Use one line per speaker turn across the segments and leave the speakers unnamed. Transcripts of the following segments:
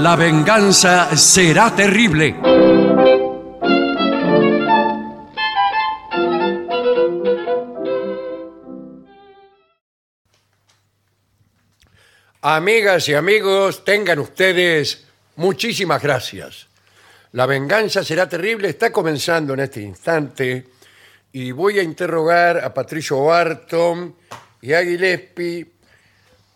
La venganza será terrible.
Amigas y amigos, tengan ustedes muchísimas gracias. La venganza será terrible, está comenzando en este instante y voy a interrogar a Patricio Barton y a Gillespie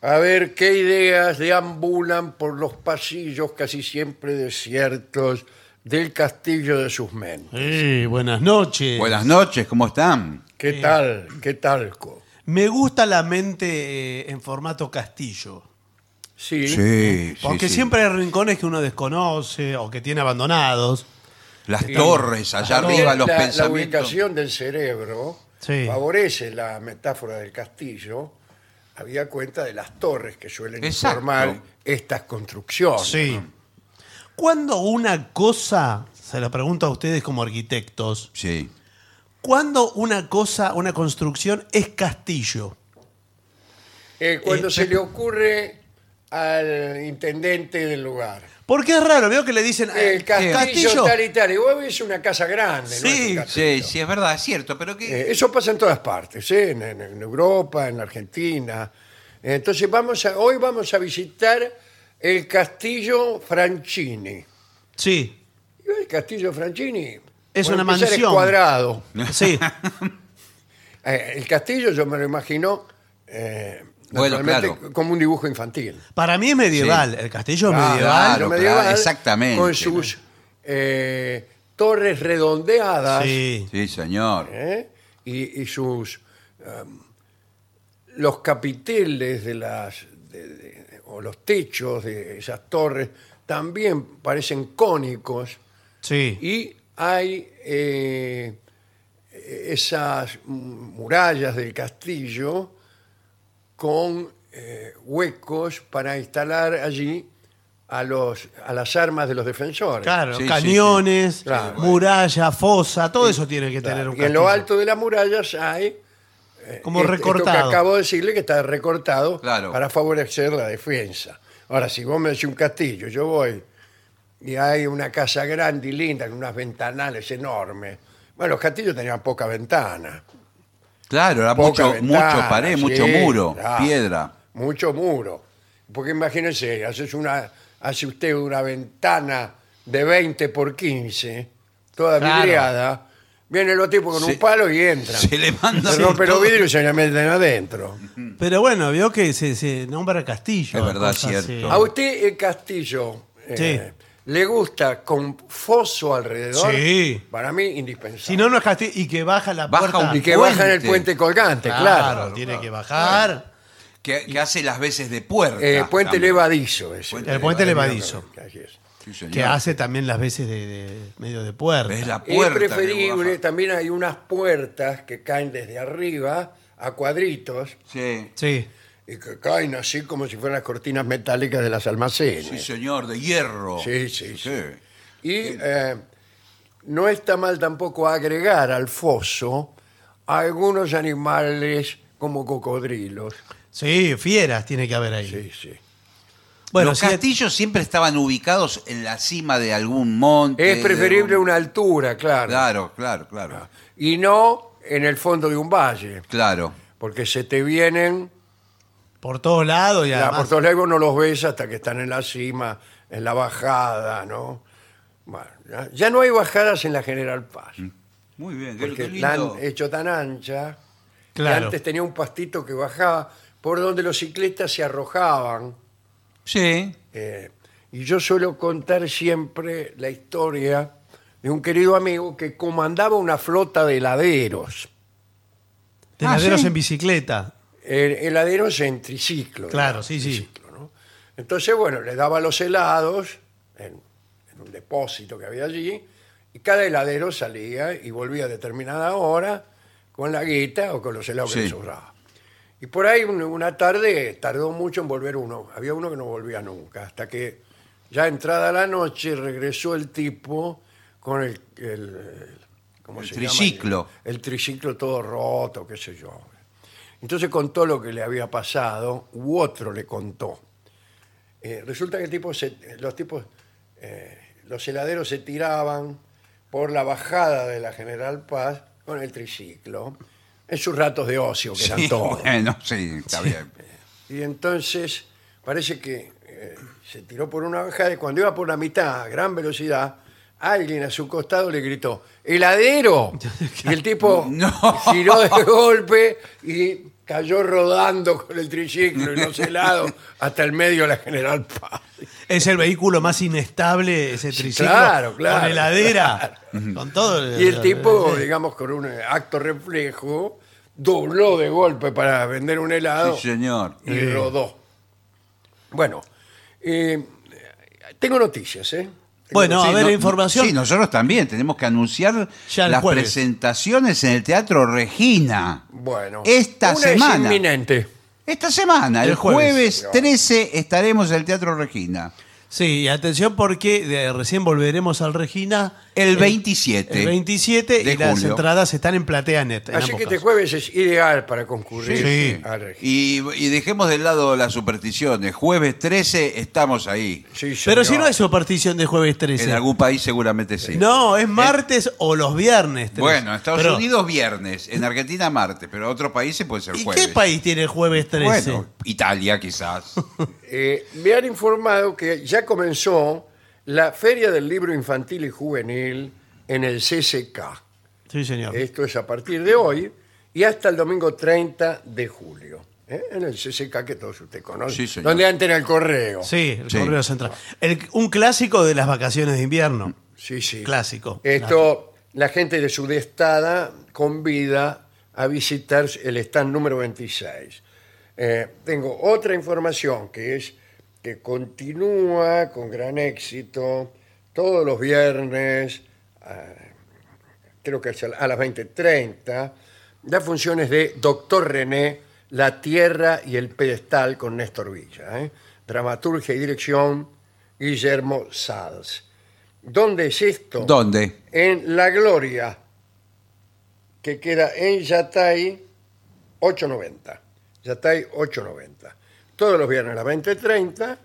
a ver qué ideas deambulan por los pasillos casi siempre desiertos del castillo de sus mentes.
Eh, buenas noches.
Buenas noches, ¿cómo están?
¿Qué tal? ¿Qué talco?
Me gusta la mente eh, en formato castillo.
Sí.
Porque
sí.
siempre hay rincones que uno desconoce o que tiene abandonados.
Las torres, allá
También
arriba, los
la, la
pensamientos.
ubicación del cerebro
Sí.
favorece la metáfora del castillo. Había cuenta de las torres que suelen
Exacto.
formar estas construcciones.
Sí. ¿Cuándo una cosa, se la pregunto a ustedes como arquitectos,
Sí.
¿cuándo una cosa, una construcción es castillo?
Eh, cuando
Eh,
se le ocurre al intendente del lugar.
Porque es raro, veo que le dicen eh,
El castillo, tal y tal. Y vos ves una casa grande, ¿no?
Sí,
Es un
Sí,
castillo.
sí, es verdad, es cierto, pero que...
Eh, eso pasa en todas partes, ¿eh? en, en- en Europa, en Argentina. Entonces vamos a, hoy vamos a visitar el castillo Franchini.
Sí,
Y El castillo Franchini.
Es
por
una
empezar, es
mansión.
cuadrado.
sí.
Eh, el castillo yo me lo imagino eh,
Bueno,
naturalmente,
claro.
como un dibujo infantil.
Para mí es medieval, el castillo es
Ah,
medieval.
claro.
Lo medieval,
exactamente,
Con
¿no?
sus eh, torres redondeadas
Sí.
Ah, Sí, señor.
¿eh? y, y sus um, los capiteles de las de- de- o los techos de esas torres también parecen cónicos
sí.
y hay eh, esas murallas del castillo con eh, huecos para instalar allí a los a las armas de los defensores.
Claro,
Sí, sí,
cañones,
sí. Claro.
muralla, fosa, todo eso tiene que tener un
Y en lo
castillo.
alto de las murallas hay
como
Este- Esto que
recortado.
acabo de decirle que está recortado
Claro.
para favorecer la defensa. Ahora, si vos me decís un castillo, yo voy y hay una casa grande y linda con unas ventanales enormes. Bueno, los castillos tenían poca ventana.
Claro, era
Poca
mucho,
ventana,
mucho pared,
sí,
mucho muro,
claro.
piedra.
Mucho muro. Porque imagínense, haces una, hace usted una ventana de 20 por 15, toda
Claro.
vidriada. Vienen los tipos con
Se-
un palo y entran.
Se le manda...
Se rompe los vidrios y se la meten adentro.
Pero bueno, vio que se, se nombra castillo.
Es verdad,
cosas, Ah,
cierto.
¿A usted el castillo eh, le gusta con foso alrededor?
Sí.
Para mí, indispensable.
Si no, no es castillo. Y que baja la
Baja
puerta.
y que
puente.
bajan el puente colgante,
claro,
claro.
tiene que bajar.
Que, que hace las veces de puerta.
Eh, puente
también.
levadizo ese.
Puente
El puente levadizo.
Así es.
Sí, señor.
Que hace también las veces de, de medio de
Es
puerta.
la
Es
puerta. que
preferible,
baja.
también hay unas puertas que caen desde arriba a cuadritos
Sí.
Sí.
y que caen así como si fueran las cortinas metálicas de las almacenes.
Sí, señor, de hierro.
Sí, sí, sí. Y eh, no está mal tampoco agregar al foso algunos animales como cocodrilos.
Sí, fieras tiene que haber ahí.
Sí, sí.
Bueno,
Los
sí,
castillos siempre estaban ubicados en la cima de algún monte.
Es preferible
de algún-
una Ah. altura, claro.
Eh, Claro, claro, claro.
Y no en el fondo de un valle,
Claro.
porque se te vienen,
por todos lados y
la,
además-
por todos lados no los ves hasta que están en la cima, en la bajada, ¿no? Bueno, ya, ya no hay bajadas en la General Paz,
Muy bien, qué-
porque
qué
la
lindo.
han hecho tan ancha. que
claro.
antes tenía un pastito que bajaba por donde los ciclistas se arrojaban.
Sí.
eh, y yo suelo contar siempre la historia de un querido amigo que comandaba una flota de heladeros.
De
Ah,
laderos
sí.
en bicicleta.
Eh, heladeros en triciclo.
Claro,
¿no?
sí, sí.
Triciclo, ¿no? Entonces, bueno, le daba los helados en, en un depósito que había allí y cada heladero salía y volvía a determinada hora con la guita o con los helados que
Sí.
le sobraba. Y por ahí un- una tarde tardó mucho en volver uno. Había uno que no volvía nunca, hasta que ya entrada la noche regresó el tipo con el... el- ¿cómo
El
se llama?
triciclo.
el triciclo todo roto, qué sé yo. Entonces contó lo que le había pasado, u otro le contó. eh, resulta que el tipo se- los tipos, eh, los heladeros se tiraban por la bajada de la General Paz con el triciclo, en sus ratos de ocio, que eran
Sí,
todos.
bueno, sí, está bien.
Y entonces parece que eh, se tiró por una bajada y cuando iba por la mitad a gran velocidad, alguien a su costado le gritó, ¡heladero! Y el tipo
No.
giró de golpe y cayó rodando con el triciclo y los helados hasta el medio de la General Paz.
Es el vehículo más inestable, ese
Sí,
triciclo.
claro, claro,
Con heladera. Con todo.
Y el tipo, digamos, con un eh, acto reflejo, dobló de golpe para vender un helado.
Sí, señor.
y rodó. Eh. Bueno, eh, tengo noticias, ¿eh? Tengo
Bueno, a
Sí,
noticias.
ver,
no-
información.
Sí, nosotros también tenemos que anunciar
Ya el
las
jueves.
presentaciones en el Teatro Regina.
Bueno,
esta
una Es
semana.
inminente.
Esta semana, el,
El
jueves.
jueves.
13, estaremos en el Teatro Regina.
Sí, y atención porque de- recién volveremos al Regina.
El 27
El 27
de
y las
julio.
entradas están en PlateaNet. en
Así
ambos
que este
casos.
jueves es ideal para concurrir
Sí.
al registro.
Y, y dejemos de lado las supersticiones. Jueves 13 estamos ahí.
Sí,
Pero
señor.
si no hay superstición de jueves 13.
En algún país seguramente sí.
No, es martes o los viernes. 13.
Bueno, en Estados
Pero,
Unidos viernes, en Argentina martes, pero en otros países puede ser
¿Y
jueves.
qué país tiene el jueves 13?
Bueno, Italia quizás.
Eh, me han informado que ya comenzó la Feria del Libro Infantil y Juvenil en el CCK.
sí, señor.
Esto es a partir de hoy y hasta el domingo 30 de julio. ¿eh? En el CCK que todos ustedes conocen.
Sí, señor.
Donde antes era el correo.
sí, el
sí.
correo central. El- un clásico de las vacaciones de invierno.
Sí, sí.
Clásico.
Esto, la gente de Sudestada convida a visitar el stand número 26. Eh, tengo otra información que es que continúa con gran éxito todos los viernes, ah, creo que es a la- a las 20.30, las funciones de Doctor René, La Tierra y el Pedestal con Néstor Villa. ¿eh? Dramaturgia y dirección, Guillermo Sals. ¿Dónde es esto?
¿Dónde?
en La Gloria, que queda en Yatay 890. Yatay 890. Todos los viernes a las 20.30,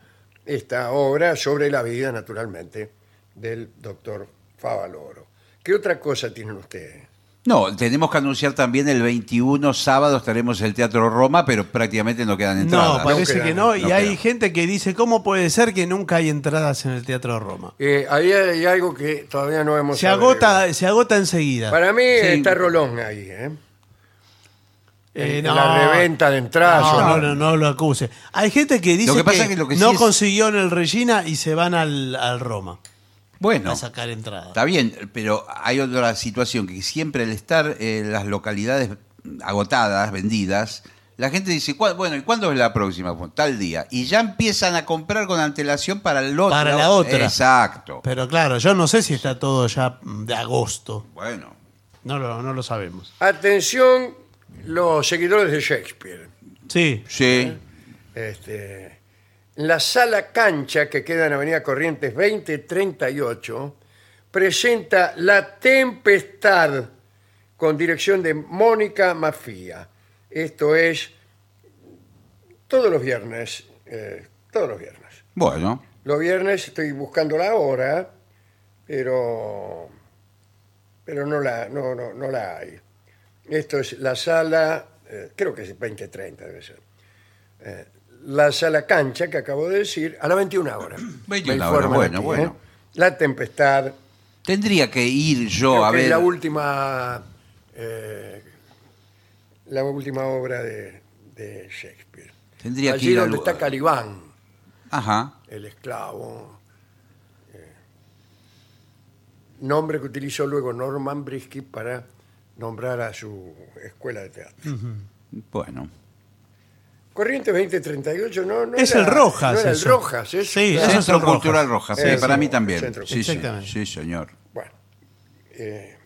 esta obra sobre la vida, naturalmente, del doctor Favaloro. ¿Qué otra cosa tienen ustedes?
No, tenemos que anunciar también el 21 sábado estaremos en el Teatro Roma, pero prácticamente no quedan entradas.
No, parece
quedan,
que no.
no
Y
quedan.
hay gente que dice, ¿cómo puede ser que nunca hay entradas en el Teatro Roma?
Eh, ahí hay algo que todavía no hemos
Se
averiguado.
agota, se agota enseguida.
Para mí
Sí.
está Rolón ahí, ¿eh?
Eh,
En
no.
La reventa de entradas.
No,
o-
no, no, no lo acuse. Hay gente que dice
Lo que
que,
pasa es que lo que sí
no
es-
consiguió en el Regina y se van al, al Roma
Bueno,
a sacar entrada.
está bien, pero hay otra situación que siempre al estar eh, las localidades agotadas, vendidas, la gente dice, "¿Cuá- bueno, ¿y cuándo es la próxima? Bueno, Tal día. Y ya empiezan a comprar con antelación para el otro.
Para la otra.
Exacto.
Pero claro, yo no sé si está todo ya mm, de agosto.
Bueno,
No lo, no lo sabemos.
Atención, los seguidores de Shakespeare.
Sí.
sí.
Este, la sala cancha que queda en Avenida Corrientes 2038 presenta La Tempestad con dirección de Mónica Mafía. Esto es todos los viernes, eh, todos los viernes.
Bueno,
Los viernes estoy buscando la hora, pero, pero no, la, no, no, no la hay. Esto es la sala, eh, creo que es 2030 debe ser. Eh, la sala cancha que acabo de decir, a las 21 horas.
21
Me
horas,
informan
bueno,
aquí,
bueno.
¿eh? La tempestad,
tendría que ir yo
creo
a
que es
ver.
la última, eh, la última obra de, de Shakespeare.
Tendría que
Allí
ir
donde
al-
está Calibán.
Ajá.
el esclavo. eh, nombre que utilizó luego Norman Brisky para nombrar a su escuela de teatro.
Mm.
Bueno.
Corriente 2038, no, no.
Es
era-
el Rojas
No era el
eso.
Rojas, eso.
Sí,
claro.
eso es
Centro
Rojas.
Cultural Roja, sí,
Eso,
para mí también.
Centro
Sí, sí,
Exactamente.
sí, señor.
Bueno. eh,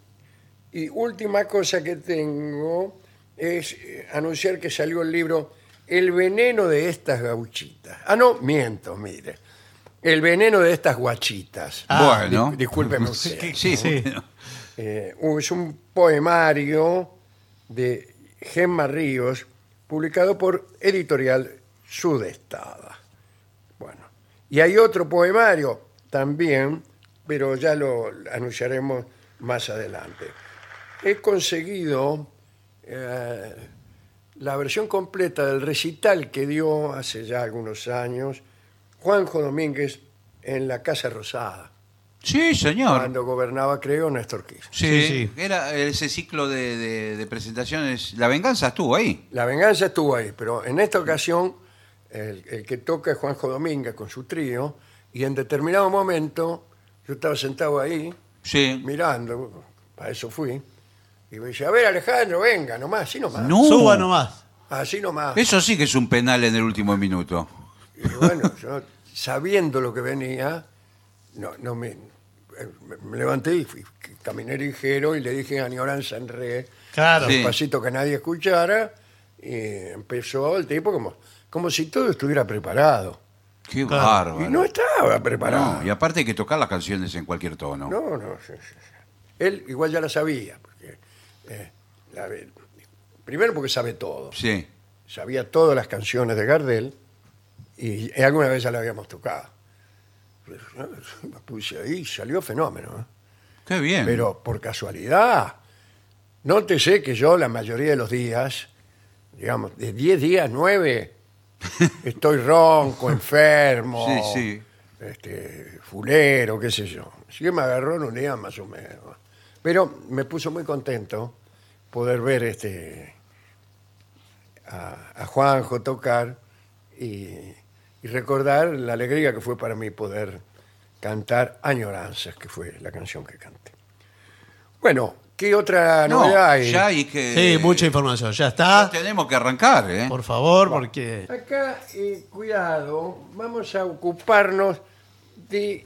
y última cosa que tengo es eh, anunciar que salió el libro El veneno de estas gauchitas. Ah, no, miento, mire. El veneno de estas guachitas.
Ah,
bueno.
Dis- discúlpeme usted.
Sí,
Sí.
bueno.
Eh, es un poemario de Gemma Ríos, publicado por Editorial Sudestada. Bueno, Y hay otro poemario también, pero ya lo anunciaremos más adelante. He conseguido eh, la versión completa del recital que dio hace ya algunos años Juanjo Domínguez en la Casa Rosada,
Sí, señor.
cuando gobernaba, creo, Néstor Kirchner.
Sí,
Sí,
sí.
Era ese ciclo de, de- de presentaciones. La venganza estuvo ahí.
La venganza estuvo ahí, pero en esta ocasión el, el que toca es Juanjo Domínguez con su trío y en determinado momento yo estaba sentado ahí
Sí.
mirando, para eso fui, y me dice, a ver Alejandro, venga, nomás, así nomás,
No.
Suba nomás.
así nomás.
Eso sí que es un penal en el último minuto.
Y bueno, yo sabiendo lo que venía, no, no me, me- me levanté y fui- caminé ligero y le dije a Nioran Sanré,
Claro.
Sí.
un pasito que nadie escuchara, y empezó el tipo como, como si todo estuviera preparado.
Qué
Claro.
bárbaro.
Y no estaba preparado.
No, y aparte hay que tocar las canciones en cualquier tono.
No, no. sí, sí, sí. Él igual ya la sabía. Porque, eh, la ve- primero porque sabe todo.
Sí.
Sabía todas las canciones de Gardel y, y alguna vez ya la habíamos tocado. Pues, ¿no? Me puse ahí, salió fenómeno. ¿eh?
Qué bien.
Pero por casualidad, nótese que yo la mayoría de los días, digamos, de 10 días, 9, estoy ronco, enfermo,
Sí,
este, fulero, qué sé yo. Así que me agarró en un día más o menos. Pero me puso muy contento poder ver este a, a Juanjo tocar y, y recordar la alegría que fue para mí poder cantar Añoranzas, que fue la canción que canté. Bueno, ¿qué otra
No,
novedad hay?
ya hay que.
Sí, mucha información. Ya
Ya
está.
tenemos que arrancar, ¿eh?
Ah. Por favor, porque.
Acá, eh, cuidado, vamos a ocuparnos de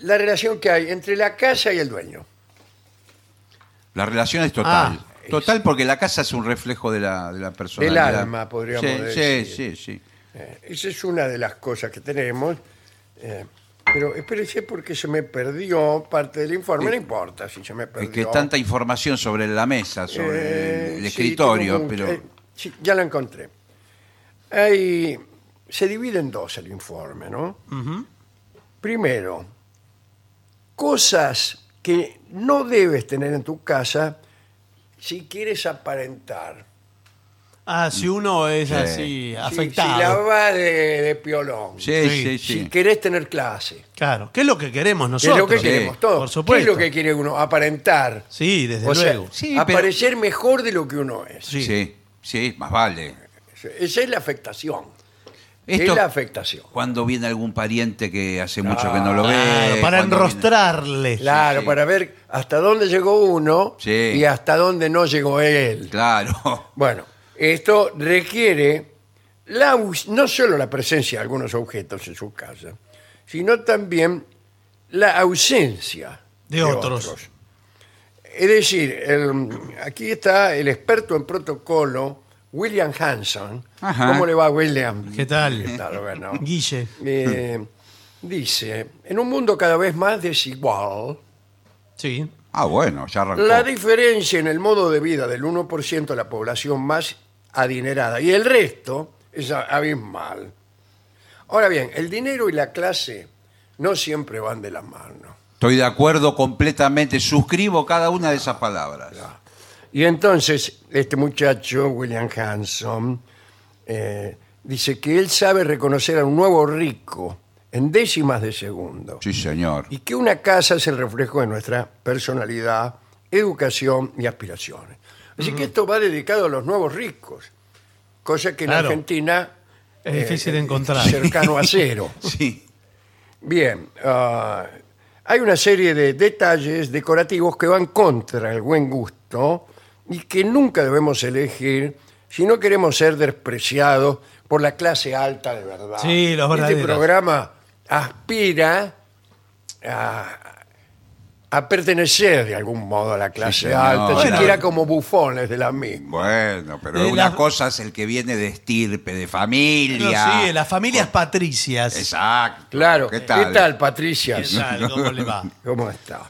la relación que hay entre la casa y el dueño.
La relación es total.
Ah,
total porque la casa es un reflejo de la, de la personalidad.
Del alma, podríamos
Sí,
decir.
Sí, sí, sí.
Eh, esa es una de las cosas que tenemos. eh, pero espérese porque se me perdió parte del informe, no importa si se me
Es
perdió.
que tanta información sobre la mesa, sobre
Eh,
el, el
sí,
escritorio,
tengo un-
pero...
eh, sí, ya la encontré. Hay- se divide en dos el informe, ¿no? Primero, cosas que no debes tener en tu casa si quieres aparentar.
Ah, si uno es
Sí.
así,
Si- Si la
afectado.
vas de, de piolón.
sí,
sí,
sí, sí.
Si querés tener clase.
Claro. ¿Qué es lo que queremos
Que es
nosotros?
lo que
Sí,
queremos todos.
por supuesto.
¿Qué es lo que quiere uno? Aparentar.
Sí, desde
o sea,
luego.
Sí, pero-
aparecer mejor de lo que uno es.
Sí.
Sí, sí, más vale.
Esa es la afectación.
Esto-
Es la Ah, afectación.
Cuando viene algún pariente que hace mucho que no lo ve.
Claro, para
cuando
enrostrarle.
Claro,
sí.
para ver hasta dónde llegó uno
Sí.
y hasta dónde no llegó él.
viene- Claro.
Bueno, esto requiere la aus- no solo la presencia de algunos objetos en su casa, sino también la ausencia
De otros.
Es decir, el- aquí está el experto en protocolo, William Hanson.
Ajá.
¿Cómo le va, William?
¿Qué tal?
¿Qué tal, bueno?
Guille.
Eh, dice, en un mundo cada vez más desigual,
Sí.
Ah, bueno, ya arrancó.
la diferencia en el modo de vida del 1% de la población más adinerada y el resto es a- abismal. Ahora bien, el dinero y la clase no siempre van de la mano.
Estoy de acuerdo completamente. Suscribo cada una de esas palabras.
Y entonces este muchacho, William Hanson, eh, dice que él sabe reconocer a un nuevo rico en décimas de segundo.
Sí, señor.
y que una casa es el reflejo de nuestra personalidad, educación y aspiraciones. Así que esto va dedicado a los nuevos ricos, cosa que en
Claro.
Argentina
Es
eh,
difícil de
eh,
encontrar.
Cercano a cero.
Sí.
Bien, ah, hay una serie de detalles decorativos que van contra el buen gusto y que nunca debemos elegir si no queremos ser despreciados por la clase alta de verdad.
Sí, los
Este
verdaderos.
programa aspira a, a pertenecer de algún modo a la clase
señor.
alta,
Bueno.
siquiera como bufones de la misma.
Bueno, pero
Eh,
una
la-
cosa es el que viene de estirpe, de
No,
familia.
sí, las familias patricias.
Exacto.
Claro.
¿Qué tal?
Patricia?
¿Qué tal? ¿Cómo le va?
¿Cómo está?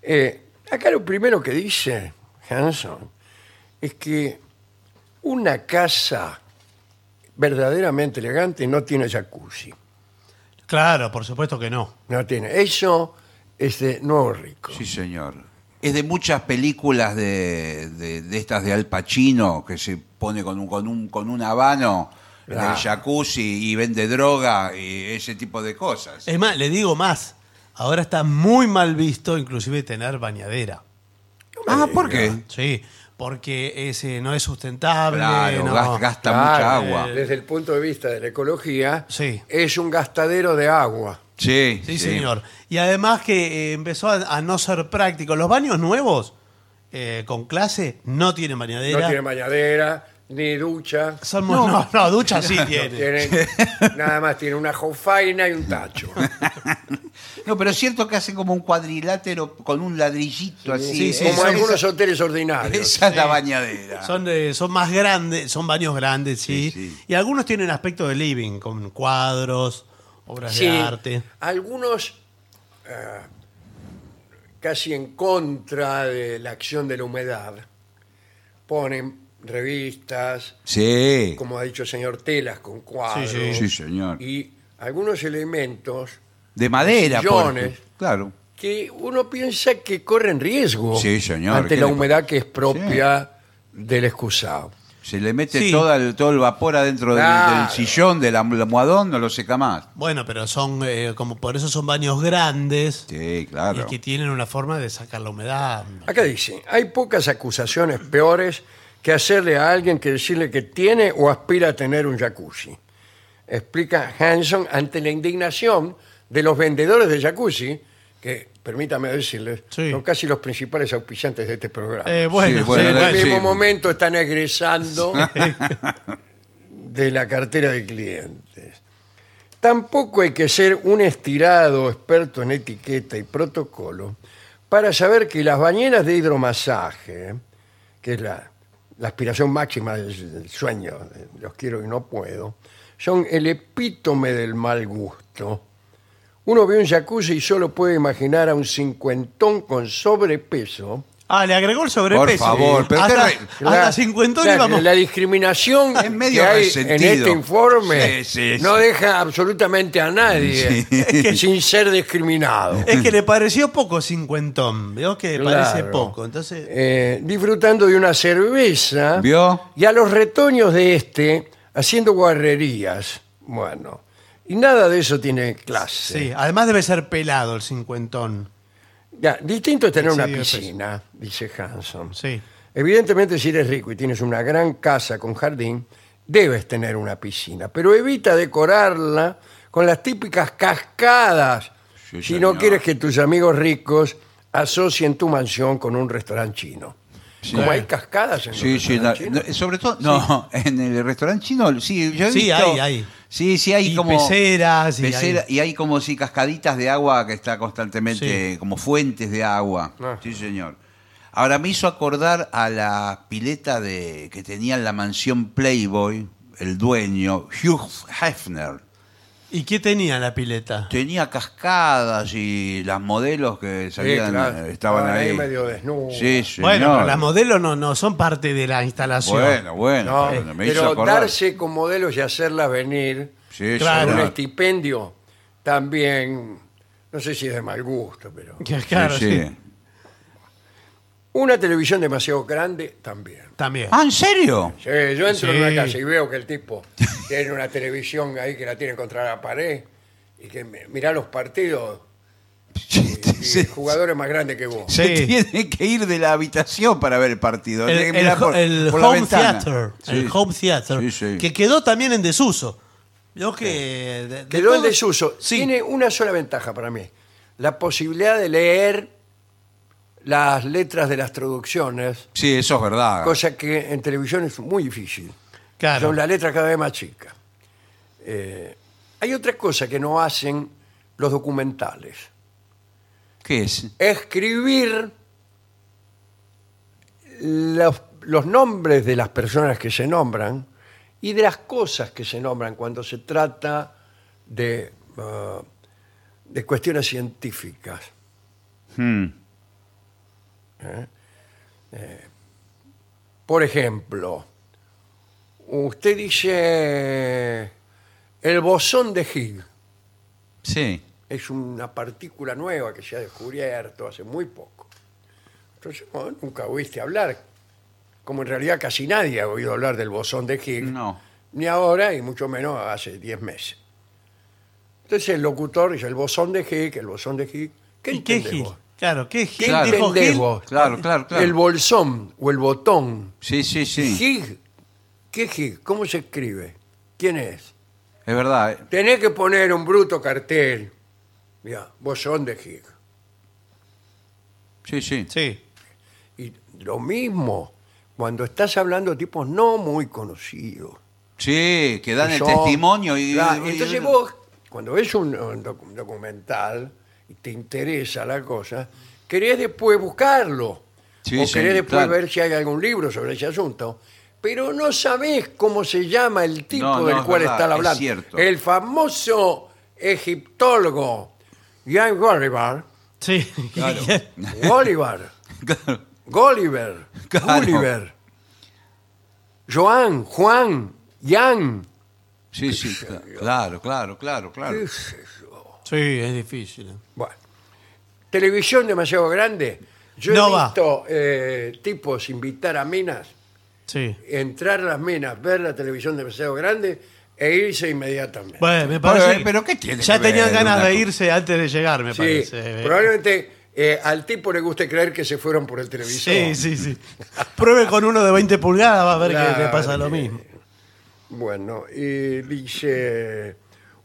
Eh, acá lo primero que dice Hanson es que una casa verdaderamente elegante no tiene jacuzzi.
Claro, por supuesto que no.
No tiene. Eso es de nuevo rico.
Sí, señor. Es de muchas películas de, de- de estas de Al Pacino, que se pone con un, con un, con un habano en
Claro.
el jacuzzi y vende droga y ese tipo de cosas.
Es más, le digo más. Ahora está muy mal visto inclusive tener bañadera.
ah, ¿por qué?
Sí, porque ese no es sustentable.
Claro,
no.
gas- gasta mucha
Claro,
agua.
eh, Desde el punto de vista de la ecología,
Sí.
es un gastadero de agua.
sí,
Sí, señor. Y además que eh, empezó a, a no ser práctico. Los baños nuevos eh, con clase no tienen bañadera.
No tiene bañadera, ni ducha.
Son mo- no. no, ducha sí tiene.
Tienen- nada más tiene una jofaina y un tacho.
No, pero es cierto que hacen como un cuadrilátero con un ladrillito así.
sí,
¿eh?
sí,
Como
Esa-
algunos
esa-
hoteles ordinarios.
esa es la bañadera.
Son, de- son más grandes, son baños grandes, sí.
Sí, sí.
Y algunos tienen aspecto de living, con cuadros, obras
Sí,
de arte.
algunos eh, casi en contra de la acción de la humedad ponen revistas,
Sí.
como ha dicho el señor Telas, con cuadros
Sí,
Sí, señor.
y algunos elementos
De madera,
Sillones.
porque- Claro.
que uno piensa que corren riesgo
Sí, señor,
ante
¿qué
la
le-
humedad que es propia del excusado.
Se le mete
Sí.
toda el- todo el vapor adentro del- del,
Claro.
sillón, del am- almohadón, no lo seca más.
Bueno, pero son, eh, como por eso son baños grandes
Sí,
y
claro.
que tienen una forma de sacar la humedad.
Acá dice, hay pocas acusaciones peores que hacerle a alguien que decirle que tiene o aspira a tener un jacuzzi. Explica Hanson ante la indignación de los vendedores de jacuzzi, que, permítame decirles,
Sí.
son casi los principales auspiciantes de este programa.
Eh, bueno,
Sí, bueno,
sí,
en el
eh,
mismo
sí.
momento están egresando de la cartera de clientes. Tampoco hay que ser un estirado experto en etiqueta y protocolo para saber que las bañeras de hidromasaje, que es la, la aspiración máxima del, del sueño, de los quiero y no puedo, son el epítome del mal gusto. Uno ve un jacuzzi y solo puede imaginar a un cincuentón con sobrepeso
Ah, le agregó el sobrepeso.
Por favor, pero
hasta,
qué re-
hasta 50
la-
íbamos.
la discriminación
Es medio
que hay en
resentido.
este informe
Sí, sí,
no
sí.
deja absolutamente a nadie sin ser discriminado.
Es que le pareció poco cincuentón. Veo que le parece
Claro.
poco. Entonces,
Eh, disfrutando de una cerveza
¿Vio?
y a los retoños de este haciendo guarrerías. Bueno, y nada de eso tiene clase.
sí. Además debe ser pelado el cincuentón.
Ya, distinto es tener una
Excedio de peso.
piscina, dice Hanson.
Sí.
Evidentemente, si eres rico y tienes una gran casa con jardín, debes tener una piscina, pero evita decorarla con las típicas cascadas
Sí,
si
señor.
no quieres que tus amigos ricos asocien tu mansión con un restaurante chino.
Sí.
Como hay cascadas en los
Sí, sí,
restaurantes
no,
chinos.
no, sobre todo, no, en el restaurante chino, sí, yo he
Sí,
visto-
hay, hay.
Sí, sí, hay
Y
como...
peceras, y
pecera- y hay como, sí, cascaditas de agua que está constantemente, como fuentes de agua.
Ah.
Sí, señor. Ahora, me hizo acordar a la pileta de que tenía en la mansión Playboy, el dueño, Hugh Hefner.
¿Y qué tenía la pileta?
Tenía cascadas y las modelos que
Sí,
salían
claro, Ah,
eh, estaban ahí.
medio desnudos.
Sí, señor.
Bueno, pero las modelos no, no son parte de la instalación.
Bueno, bueno,
No,
bueno, me hizo
pero
acordar.
darse con modelos y hacerlas venir
Sí,
Claro.
un
señor.
estipendio también, no sé si es de mal gusto, pero...
Que, Claro,
Sí,
sí.
sí.
Una televisión demasiado grande también.
También.
Ah, ¿en serio?
Sí, yo entro en
Sí.
una casa y veo que el tipo tiene una televisión ahí que la tiene contra la pared y que me- mirá los partidos y el jugador es más grande que vos.
Se
Sí.
tiene que ir de la habitación para ver el partido. Tiene
El,
que
el
mirar
ho-
por-
el
por la
home
ventana.
theater.
Sí.
El home theater.
Sí, sí.
Que quedó también en desuso. Vio que. de- de
Quedó en
todo-
desuso.
Sí.
Tiene una sola ventaja para mí. La posibilidad de leer las letras de las traducciones,
Sí, eso es
Ah.
verdad.
cosa que en televisión es muy difícil.
Claro.
Son las letras cada vez más chicas. Eh, hay otra cosa que no hacen los documentales.
¿Qué es?
escribir los, los nombres de las personas que se nombran y de las cosas que se nombran cuando se trata de, eh, de cuestiones científicas.
Hmm.
Por ejemplo, usted dice el bosón de Higgs
Sí.
Es una partícula nueva que se ha descubierto hace muy poco. Entonces, bueno, nunca oíste hablar. Como en realidad casi nadie ha oído hablar del bosón de Higgs.
No.
Ni ahora, y mucho menos hace 10 meses. Entonces el locutor dice, el bosón de Higgs, el bosón de Higgs. ¿Qué
¿Y qué
entendés
Gil?
vos?
Claro, ¿qué Gil
Claro.
dijo
¿Entendés
Gil?
vos?
Claro, claro, claro.
El bolsón o el botón.
Sí, sí, sí.
Higgs. ¿Qué Higgs? ¿Cómo se escribe? ¿Quién es?
Es verdad. eh.
Tenés que poner un bruto cartel. Mira, bosón de Higgs.
Sí, sí.
Sí.
Y lo mismo, cuando estás hablando de tipos no muy conocidos.
Sí, que dan el
Son-
testimonio y.
Claro,
y-
entonces vos, cuando ves un, un docu- un documental y te interesa la cosa, querés después buscarlo.
Sí,
o querés
sí,
después
claro.
ver si hay algún libro sobre ese asunto. Pero no sabés cómo se llama el tipo
No, no,
del
es
cual
verdad,
están
es
hablando.
cierto.
El famoso egiptólogo Jan Gulliver.
Sí.
Gulliver.
Claro.
Gulliver.
Claro.
Gulliver. Joan, Juan, Jan.
Sí, sí. Claro, claro, claro, claro.
sí, es difícil. ¿eh?
Bueno, televisión demasiado grande. Yo
No
he
va.
visto eh, tipos invitar a minas,
Sí.
entrar a las minas, ver la televisión demasiado grande e irse inmediatamente.
Bueno, me
Bueno,
parece.
eh,
que
pero ¿qué tiene
Ya
que ver
tenían ganas
una
de
cosa?
irse antes de llegar, me
sí,
parece. eh.
probablemente eh, al tipo le guste creer que se fueron por el televisor.
Sí, sí, sí. Pruebe con uno de 20 pulgadas, va a ver que le pasa lo
Claro.
mismo.
Bueno, y dice,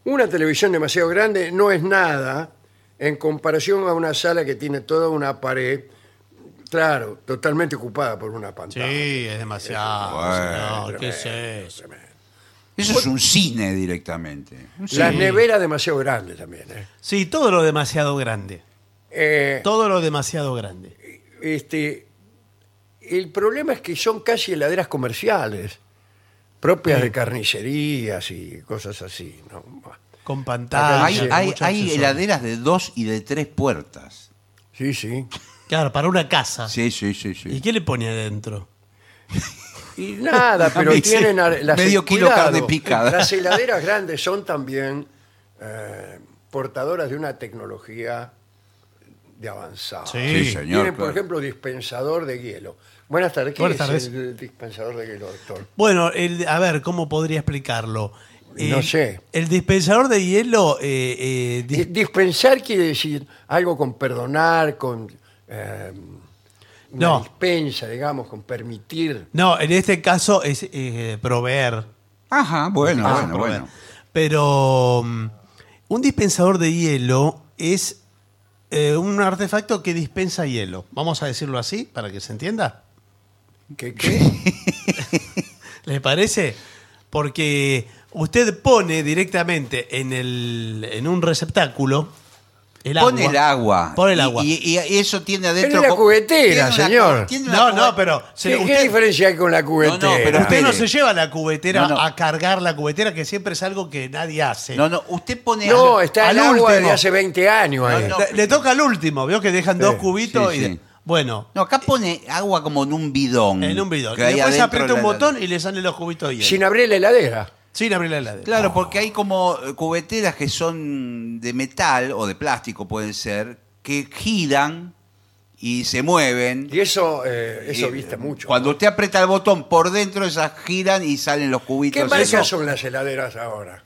una televisión demasiado grande no es nada en comparación a una sala que tiene toda una pared, claro, totalmente ocupada por una pantalla.
Sí, es demasiado.
Bueno.
señor, ¿Qué es eso?
Eso es un cine directamente. Un cine.
Las neveras demasiado grandes también. ¿eh?
Sí, todo lo demasiado grande.
Eh,
Todo lo demasiado grande.
este, el problema es que son casi heladeras comerciales, propias de carnicerías y cosas así. ¿no?
Con pantalla.
hay hay-
mucho
hay
accesorio.
heladeras de dos y de tres puertas.
Sí, sí.
Claro, para una casa.
Sí, sí, sí,
¿Y
sí.
qué le pone adentro?
Y nada, pero
Sí,
tienen ar- las
medio kilo
cuidado,
carne picada.
Las heladeras grandes son también eh, portadoras de una tecnología de avanzada.
Sí.
Sí, señor.
Tienen, por
claro.
ejemplo, dispensador de hielo. Buenas tardes. ¿Qué
Buenas
es
tardes.
el dispensador de hielo, doctor?
Bueno, el- a ver, ¿cómo podría explicarlo? Eh,
No sé.
El dispensador de hielo. eh, eh,
Di-
dis-
Dispensar quiere decir algo con perdonar, con eh, una
No.
dispensa, digamos, con permitir.
no, en este caso es eh, proveer.
Ajá, bueno,
Ah,
bueno,
proveer.
bueno.
Pero mm, un dispensador de hielo es eh, un artefacto que dispensa hielo. Vamos a decirlo así para que se entienda.
¿Qué, qué?
¿Le parece? Porque usted pone directamente en, el, en un receptáculo el
Pone
agua.
el agua.
Pone el
Y-
agua.
Y, y eso tiene adentro.
Tiene la
co-
cubetera,
tiene una
señor.
co- tiene una
No,
cubetera.
no, pero se-
¿Qué- ¿Qué,
usted,
diferencia hay con la cubetera?
pero
usted no
Mire.
se lleva la cubetera
No, no.
a cargar la cubetera, que siempre es algo que nadie hace.
No, no, usted pone.
No,
al-
está el
Al
agua de
último.
hace 20 años ahí.
No, no.
Le, le toca al último, veo que dejan
Sí,
dos cubitos
sí,
y...
sí.
Bueno,
No, acá pone agua como en un bidón.
en un bidón.
Mm, que
Y
hay
después
adentro
aprieta
de
un
la-
botón y le salen los cubitos de hielo.
Sin abrir la heladera.
Sin abrir la heladera.
Claro, porque hay como eh, cubeteras que son de metal o de plástico, pueden ser, que giran y se mueven.
Y eso, eh, eso
Y,
viste
eh,
mucho.
Cuando usted aprieta el botón por dentro, esas giran y salen los cubitos.
¿Qué marcas
Eso-
son las heladeras ahora?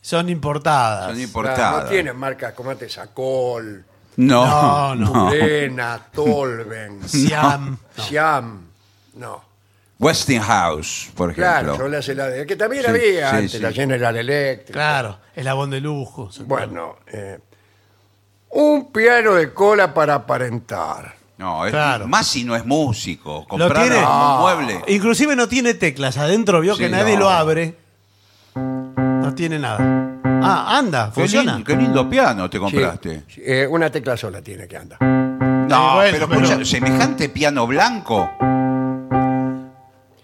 Son importadas.
son
Claro,
importadas.
No tienen marcas como antes Sacol,
No,
No,
no.
no.
Lena, Tolben,
Siam.
Siam. No.
Westinghouse, por ejemplo.
Claro, son las heladeras. Que también
Sí,
había
sí,
antes,
sí.
la General Electric.
Claro, el abón de lujo.
Bueno, eh, un piano de cola para aparentar.
No, es-
Claro.
más si no es músico. Comprar
tiene?
un mueble.
Inclusive no tiene teclas adentro, vio
Sí,
que nadie
no.
lo abre. No tiene nada. Ah, anda,
Qué
funciona.
lindo, qué lindo piano te
Sí.
compraste.
Sí, eh, una tecla sola tiene que andar.
No,
Sí, bueno,
pero escucha,
pero-
semejante piano blanco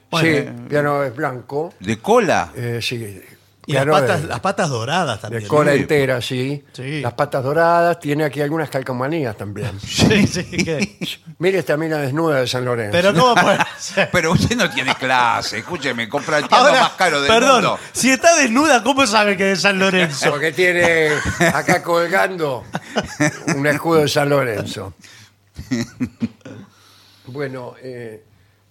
Bueno,
sí, piano es blanco.
de cola.
Eh, sí,
Y las
Claro,
patas,
de-
las patas doradas también.
De cola
Sí.
entera, sí.
Sí.
Las patas doradas, tiene aquí algunas calcomanías también.
Sí, sí, que-
Mire esta mina desnuda de San Lorenzo.
Pero ¿cómo puede ser?
Pero usted no tiene clase, escúcheme, compra el piano más caro del
perdón,
mundo.
si está desnuda, ¿cómo sabe que es San Lorenzo?
Porque tiene acá colgando un escudo de San Lorenzo. Bueno, eh,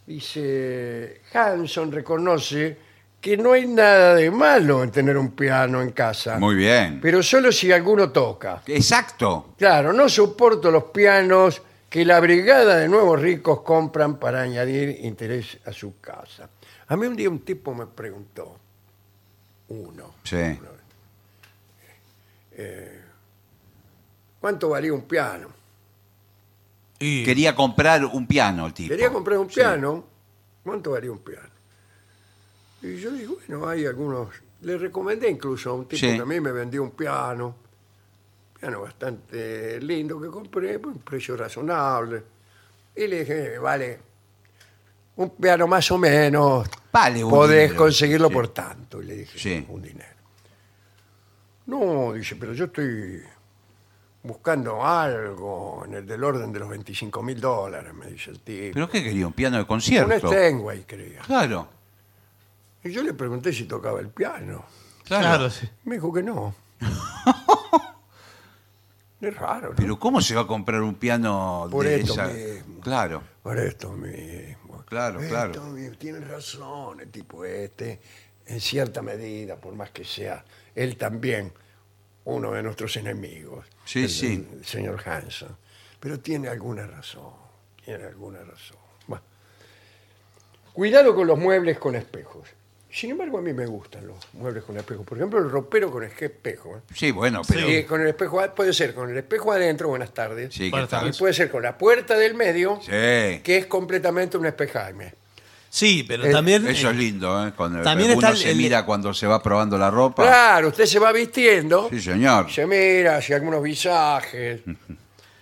dice Hanson reconoce que no hay nada de malo en tener un piano en casa.
Muy bien.
Pero solo si alguno toca.
Exacto.
Claro, no soporto los pianos que la brigada de nuevos ricos compran para añadir interés a su casa. A mí un día un tipo me preguntó, uno,
Sí.
¿cuánto valía un piano?
Y-
Quería comprar un piano el tipo.
Quería comprar un piano, ¿cuánto valía un piano? Y yo dije, bueno, hay algunos, le recomendé incluso a un tipo
Sí.
que a mí me vendió un piano, piano bastante lindo que compré, por un precio razonable. Y le dije, vale, un piano más o menos,
Vale, un
podés
dinero.
conseguirlo
Sí.
por tanto, y le dije,
Sí.
un dinero. No, dice, pero yo estoy buscando algo en el del orden de los 25 mil dólares, me dice el tipo.
¿Pero qué quería? ¿Un piano de
Un
concierto?
Steinway, creía.
Claro,
Y yo le pregunté si tocaba el piano.
claro.
Claro, sí.
Me dijo que no. es raro, ¿no?
Pero ¿cómo se va a comprar un piano
Por
de
esto
esa?
mismo.
Claro.
Por esto mismo.
Claro,
Esto
claro.
mismo. Tiene razón el tipo este, en cierta medida, por más que sea él también uno de nuestros enemigos.
Sí,
el-
sí.
el señor Hanson. Pero tiene alguna razón. Tiene alguna razón. Bueno. Cuidado con los muebles con espejos. Sin embargo, a mí me gustan los muebles con espejos. Por ejemplo, el ropero con espejo. ¿eh?
Sí, bueno, pero.
Y
Sí,
con el espejo, a- puede ser con el espejo adentro, buenas tardes.
que
Bueno,
está-
Y puede ser con la puerta del medio,
Sí.
que es completamente un espejaime.
Sí, pero
Eh,
también.
Eso es lindo, ¿eh? Cuando
También
uno
está el-
se
el-
mira cuando se va probando la ropa.
Claro, usted se va vistiendo,
Sí, Mm. señor.
se mira hacia algunos visajes.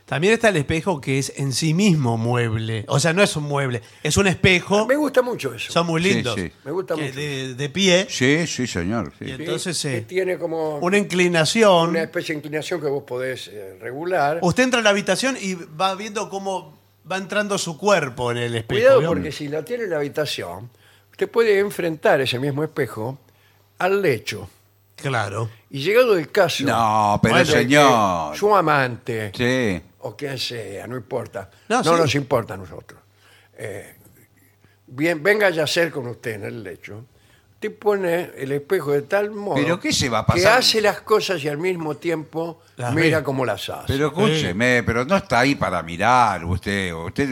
También está el espejo que es en sí mismo mueble. O sea, no es un mueble, es un espejo.
Me gusta mucho eso.
Son muy
Sí,
lindos.
sí.
Me gusta
que
mucho.
De, de pie,
Sí, sí, señor. sí.
Bien.
Sí,
entonces,
que
eh,
tiene como
una inclinación.
una especie de inclinación que vos podés eh, regular.
Usted entra a la habitación y va viendo cómo va entrando su cuerpo en el espejo.
Cuidado
¿vio?
porque si la tiene en la habitación, usted puede enfrentar ese mismo espejo al lecho.
Claro.
Y llegado el caso...
No, pero
de que
señor.
Su amante.
Sí.
o quien sea, no importa. No,
No, sí.
nos importa a nosotros. Eh, bien, venga a yacer con usted en el lecho. Te pone el espejo de tal modo
Pero ¿qué se va a pasar?
que hace las cosas y al mismo tiempo
Las
mira
ve.
cómo las hace.
Pero escúcheme, pero no está ahí para mirar usted. ¿Usted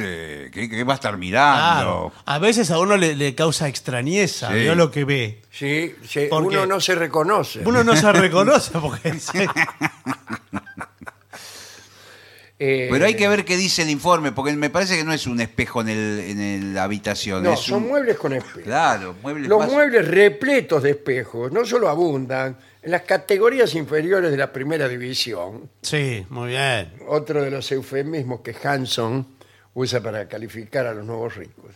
eh, qué, qué va a estar
Claro.
mirando?
A veces a uno le, le causa extrañeza,
Ah, Sí.
vio lo que ve.
Sí, se-
¿Por
uno
qué?
no se reconoce.
Uno no se reconoce porque sí.
Eh,
Pero hay que ver qué dice el informe, porque me parece que no es un espejo en, el, en el- la habitación.
No,
es
son
un-
muebles con espejo.
Claro, muebles
Los
más-
muebles repletos de espejos no solo abundan en las categorías inferiores de la primera división,
Sí, muy bien.
otro de los eufemismos que Hanson usa para calificar a los nuevos ricos,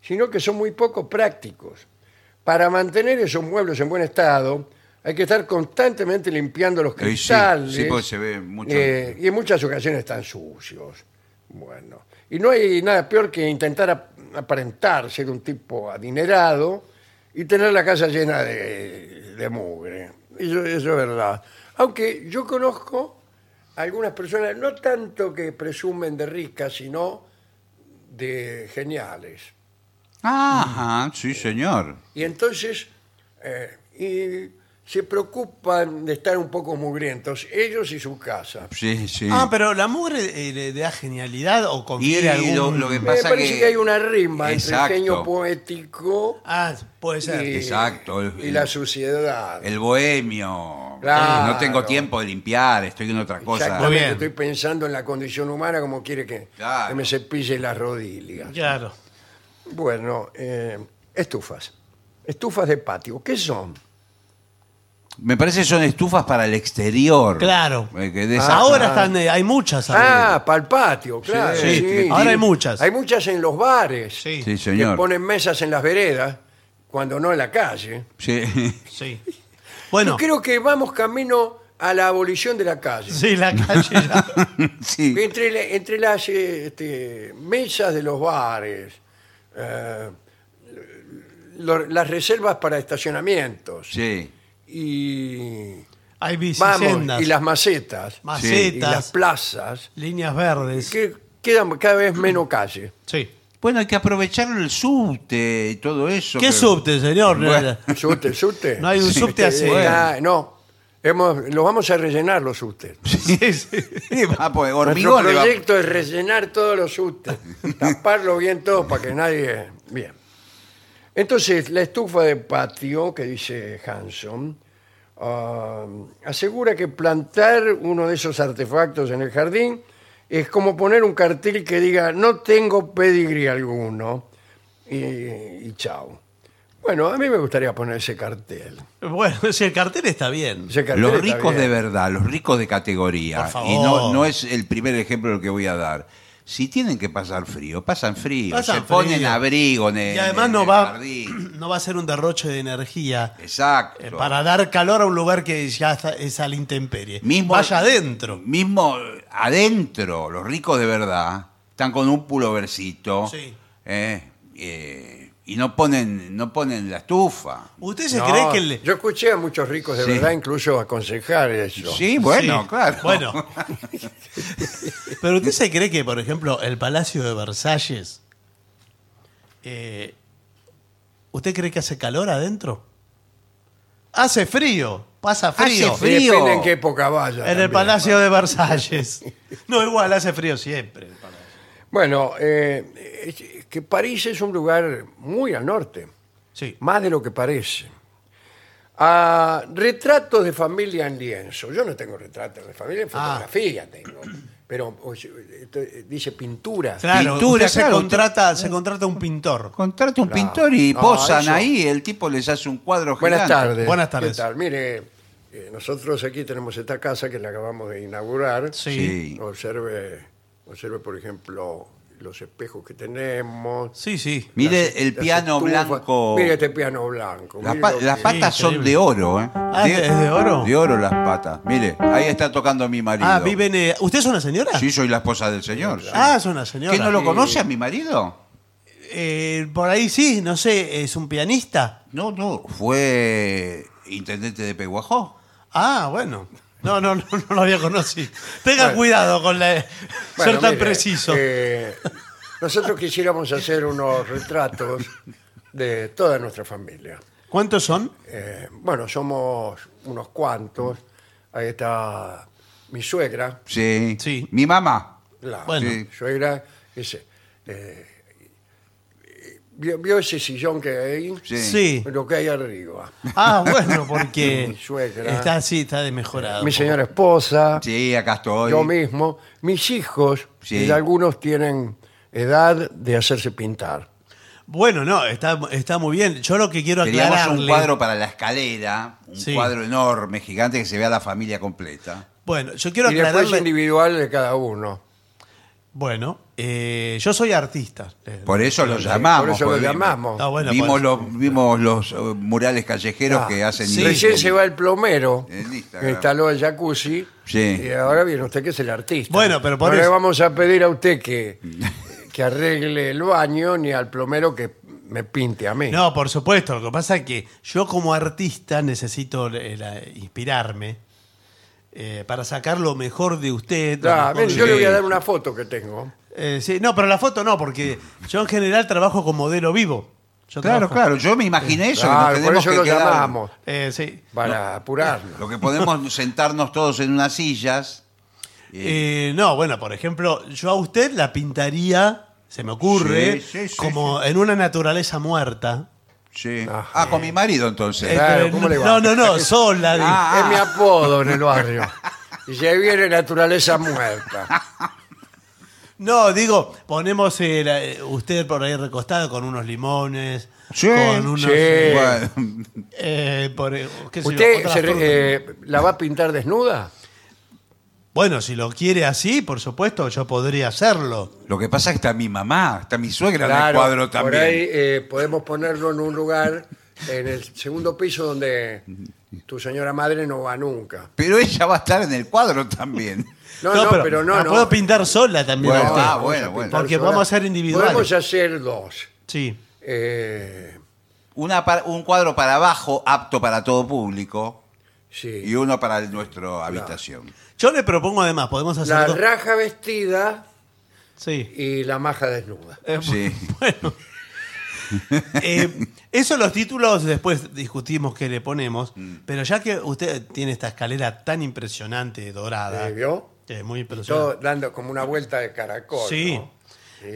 sino que son muy poco prácticos. Para mantener esos muebles en buen estado, hay que estar constantemente limpiando los
Eh, sí,
cristales.
sí, porque se ve mucho.
eh, y en muchas ocasiones están sucios. Bueno, y no hay nada peor que intentar ap- aparentar ser un tipo adinerado y tener la casa llena de, de mugre. Eso, eso es verdad. Aunque yo conozco algunas personas, no tanto que presumen de ricas, sino de geniales.
Ajá, sí, señor.
Y entonces eh, y se preocupan de estar un poco mugrientos, ellos y su casa.
Sí, sí.
Ah, pero la mugre eh, le da genialidad o
y
confiere
lo-
algún...
lo que
Me
pasa
parece que...
que
hay una rima
Exacto.
entre el genio poético
Ah, puede
y,
ser.
Exacto, el-
y la suciedad.
El bohemio.
Claro.
No tengo tiempo de limpiar, estoy en otra cosa.
Muy
Exactamente,
bien.
estoy pensando en la condición humana como quiere que,
Claro.
que me cepille las rodillas.
Claro.
Bueno, eh, estufas. Estufas de patio. ¿Qué son?
Me parece que son estufas para el exterior.
Claro.
Eh, que de esas-
Ahora están, eh, hay muchas. ahora.
Ah, para el patio, claro.
Sí,
sí.
ahora hay muchas.
Hay muchas en los bares.
Sí,
Sí,
sí.
que
señor.
ponen mesas en las veredas, cuando no en la calle.
Sí.
sí. Bueno,
Yo creo que vamos camino a la abolición de la calle.
sí, la calle ya.
Sí.
Entre, la- entre las eh, este, mesas de los bares, eh, lo- las reservas para estacionamientos
Sí.
y,
Hay bicisendas,
vamos, y las macetas y las
macetas,
plazas,
líneas verdes.
que quedan cada vez menos calle.
Sí.
Bueno, hay que aprovechar el subte y todo eso.
¿Qué
que-
subte, señor?
Bueno.
Subte, subte.
No hay un subte así.
Está- Este, no, hemos, los vamos a rellenar los subtes.
Sí, sí.
Sí, va, pues,
Nuestro
hormigón. le va-
proyecto es rellenar todos los subtes, taparlo bien todo para que nadie... Bien. Entonces, la estufa de patio que dice Hanson ah, asegura que plantar uno de esos artefactos en el jardín es como poner un cartel que diga no tengo pedigrí alguno y, y chao. Bueno, a mí me gustaría poner ese cartel.
Bueno, si el cartel está bien.
Ese cartel
Los
está
ricos
bien.
de verdad, los ricos de categoría.
Por favor.
Y no, no es el primer ejemplo el que voy a dar. Si tienen que pasar frío, pasan frío.
Pasan
se ponen
frío.
abrigo en el,
Y además
en
no
el
va,
jardín.
no va a ser un derroche de energía
Exacto.
eh, para dar calor a un lugar que ya está- es al intemperie.
Mismo-
Vaya adentro.
Mismo adentro, los ricos de verdad están con un pulovercito.
Sí.
eh, eh, y no ponen, no ponen la estufa.
¿Usted se
No,
cree que le...
Yo escuché a muchos ricos de
Sí.
verdad incluso aconsejar eso.
Sí, bueno,
Sí.
claro.
Bueno. Pero usted se cree que, por ejemplo, el Palacio de Versalles. eh, ¿Usted cree que hace calor adentro? Hace frío, pasa frío.
frío.
Depende en qué época vaya.
En el
también.
Palacio de Versalles. No, igual, hace frío siempre.
Bueno, eh, es que París es un lugar muy al norte,
Sí.
más de lo que parece. Ah, retratos de familia en lienzo. Yo no tengo retratos de familia, en
Ah.
fotografía tengo. Pero o sea, esto, eh, dice pintura.
Claro,
Pintura,
usted
claro,
se, contrata, se contrata un pintor.
Contrate un
Claro.
pintor y
No,
posan
eso-
ahí, el tipo les hace un cuadro
Buenas
gigante.
tardes.
Buenas tardes.
¿Qué tal? Mire, eh, nosotros aquí tenemos esta casa que la acabamos de inaugurar.
Sí.
Sí.
Observe, observe, por ejemplo, los espejos que tenemos.
Sí, sí.
Mire
Las-
el
las
piano
estufas.
blanco.
Mire este piano blanco.
Las,
mire
pa-
lo
las
que-
patas son
Increíble.
de oro, ¿eh?
Ah, ¿es de oro?
De oro las patas. Mire, ahí está tocando mi marido.
Ah, viven. eh, ¿Usted es una señora?
Sí, soy la esposa del señor. sí.
Ah, es una señora.
¿Qué no lo
sí.
conoce a mi marido?
Eh, por ahí sí, no sé, es un pianista.
No, no, fue intendente de Peguajó.
Ah, bueno. No, no, no, no lo había conocido. Tenga
Bueno.
cuidado con la,
Bueno,
ser tan
mire,
preciso.
eh, nosotros quisiéramos hacer unos retratos de toda nuestra familia.
¿Cuántos son?
Eh, bueno, somos unos cuantos. Ahí está mi suegra,
Sí.
Sí.
Mi mamá.
la
Bueno.
Sí.
suegra, ese, eh, vio, vio ese sillón que hay ahí,
Sí.
Sí.
lo que hay arriba.
Ah, bueno, porque
Mi suegra.
está así, está de mejorado.
Mi señora esposa,
Ah, Sí, acá estoy.
yo mismo, mis hijos,
Sí.
y algunos tienen edad de hacerse pintar.
Bueno, no, está, está muy bien. Yo lo que quiero
Queríamos
aclararle.
un cuadro para la escalera, un
Sí.
cuadro enorme, gigante, que se vea la familia completa.
Bueno, yo quiero
y después
aclararle.
individual de cada uno.
Bueno, eh, yo soy artista. Eh,
Por eso lo
Por
llamamos.
eso lo
porque
llamamos.
Está Ah, bueno, pues.
vimos
por eso.
los, vimos los eh, murales callejeros
Ah,
que hacen.
sí.
Recién se va el plomero,
En Instagram.
que instaló el jacuzzi,
Sí.
y ahora viene usted que es el artista.
Bueno, pero por
no le
eso-
vamos a pedir a usted que, que arregle el baño, ni al plomero que me pinte a mí.
No, por supuesto. Lo que pasa es que yo como artista necesito eh, la- inspirarme eh, para sacar lo mejor de usted. lo
Ah,
mejor
mire,
de-
yo le voy a dar una foto que tengo.
Eh, sí, no, pero la foto no, porque yo en general trabajo con modelo vivo. Yo
Claro,
trabajo-
claro. Yo me imaginé eso. que nos
Claro, por
tenemos
eso
que
lo
quedar-
llamamos,
Eh, sí.
para apurarnos.
Lo que podemos sentarnos todos en unas sillas.
Eh, no, bueno, por ejemplo, yo a usted la pintaría, se me ocurre,
Sí, sí, sí,
como en una naturaleza muerta.
Sí.
Ah.
Ah, con mi marido entonces.
Eh, Claro,
Eh,
¿cómo le va?
no, no, no, sola. digo.
Ah.
Es mi apodo en el barrio. Y se viene naturaleza muerta.
No, digo, ponemos eh, la- eh, usted por ahí recostado con unos limones,
Sí,
con unos...
sí.
eh,
Bueno,
eh, por, eh, qué sé yo,
¿Usted
otras
se
frutas.
re- eh, la va a pintar desnuda?
Bueno, si lo quiere así, por supuesto, yo podría hacerlo.
lo que pasa es que está mi mamá, está mi suegra en el cuadro
Por ahí
también.
eh, podemos ponerlo en un lugar, en el segundo piso donde tu señora madre no va nunca.
Pero ella va a estar en el cuadro también.
No, no, pero, no,
la
no.
puedo pintar sola también.
Bueno,
a usted.
ah,
Vamos a
bueno, bueno.
pintar
Porque
sola.
vamos a ser individuales.
Podemos hacer dos.
Sí.
Eh,
Una pa- un cuadro para abajo apto para todo público y
sí.
uno para el- nuestra habitación.
Yo le propongo además, podemos hacer
La
dos-
raja vestida
Sí.
y la maja desnuda.
Sí.
Bueno. Eh, eso los títulos después discutimos que le ponemos,
Mm.
pero ya que usted tiene esta escalera tan impresionante, dorada,
Eh, ¿Vio?
que es muy impresionante.
Todo dando como una vuelta de caracol.
Sí.
¿no?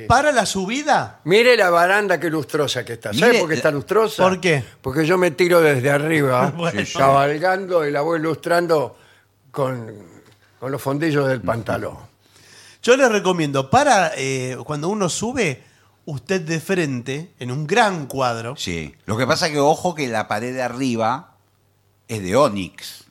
Para la subida,
Mire la baranda qué lustrosa que está. ¿Sabe
Mire
por qué
la-
está lustrosa?
¿Por qué?
Porque yo me tiro desde arriba,
Bueno. Sí, sí.
cabalgando y la voy lustrando con, con los fondillos del pantalón.
yo les recomiendo, para eh, cuando uno sube, usted de frente, en un gran cuadro,
Sí. Lo que pasa que, ojo, que la pared de arriba es de ónix.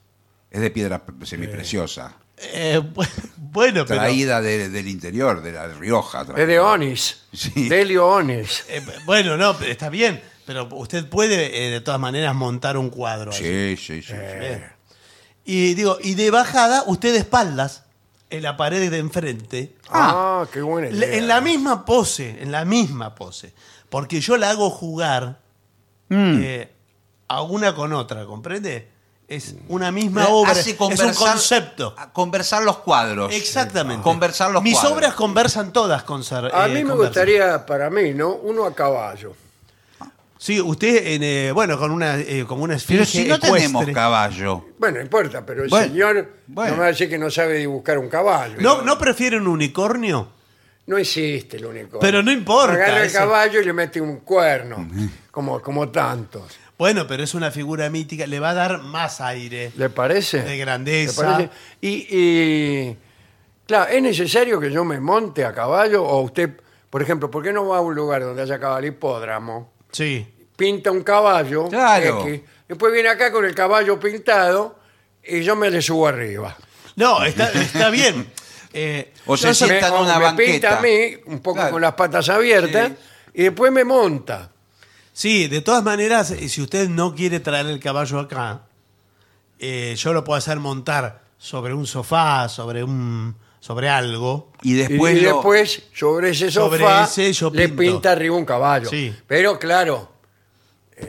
Es de piedra p- semipreciosa.
eh, bu- bueno, pero...
Traída de- del interior, de la Rioja.
Es de Onis.
Sí.
Delio Onis.
eh, bueno, no, está bien, pero usted puede eh, de todas maneras montar un cuadro. allí.
Sí, sí, sí. sí.
Bien. Y digo, y de bajada, usted de espaldas, en la pared de enfrente,
Ah, qué buena idea.
le- en la misma pose, en la misma pose. Porque yo la hago jugar
Mm.
eh, a una con otra, ¿comprende? Es una misma obra,
Mm. Hace
es un concepto.
a- Conversar los cuadros.
Exactamente.
Conversar los
Mis
cuadros.
obras conversan todas con Sar-
A
eh,
mí me
conversan.
gustaría, para mí, ¿no? Uno a caballo.
Sí, usted, en, eh, bueno, con una, eh, como una
Pero
esfinge
si no
ecuestre.
tenemos caballo.
Bueno, no importa, pero el
Bueno,
señor
bueno.
no me va a decir que no sabe dibujar un caballo.
¿No, ¿No prefiere un unicornio?
No existe el único.
Pero no importa,
Agarra el
eso.
caballo y le mete un cuerno, como, como tantos.
Bueno, pero es una figura mítica, le va a dar más aire.
¿Le parece?
De grandeza.
¿Le parece? Y, y, claro, ¿es necesario que yo me monte a caballo? O usted, por ejemplo, ¿por qué no va a un lugar donde haya caballo hipódromo?
Sí.
Pinta un caballo.
Claro.
X, después viene acá con el caballo pintado y yo me le subo arriba.
No, está, está bien. Eh,
O se
Entonces me-
sientan en
o
una
me pinta
banqueta.
a mí, un poco
Claro.
con las patas abiertas, y después me monta.
sí, de todas maneras, eh, si usted no quiere traer el caballo acá, eh, yo lo puedo hacer montar sobre un sofá, sobre un sobre algo.
Y
Y-
después,
y
lo-
después, sobre ese
Sobre
sofá,
ese yo
le
pinto.
pinta arriba un caballo.
Sí.
Pero claro,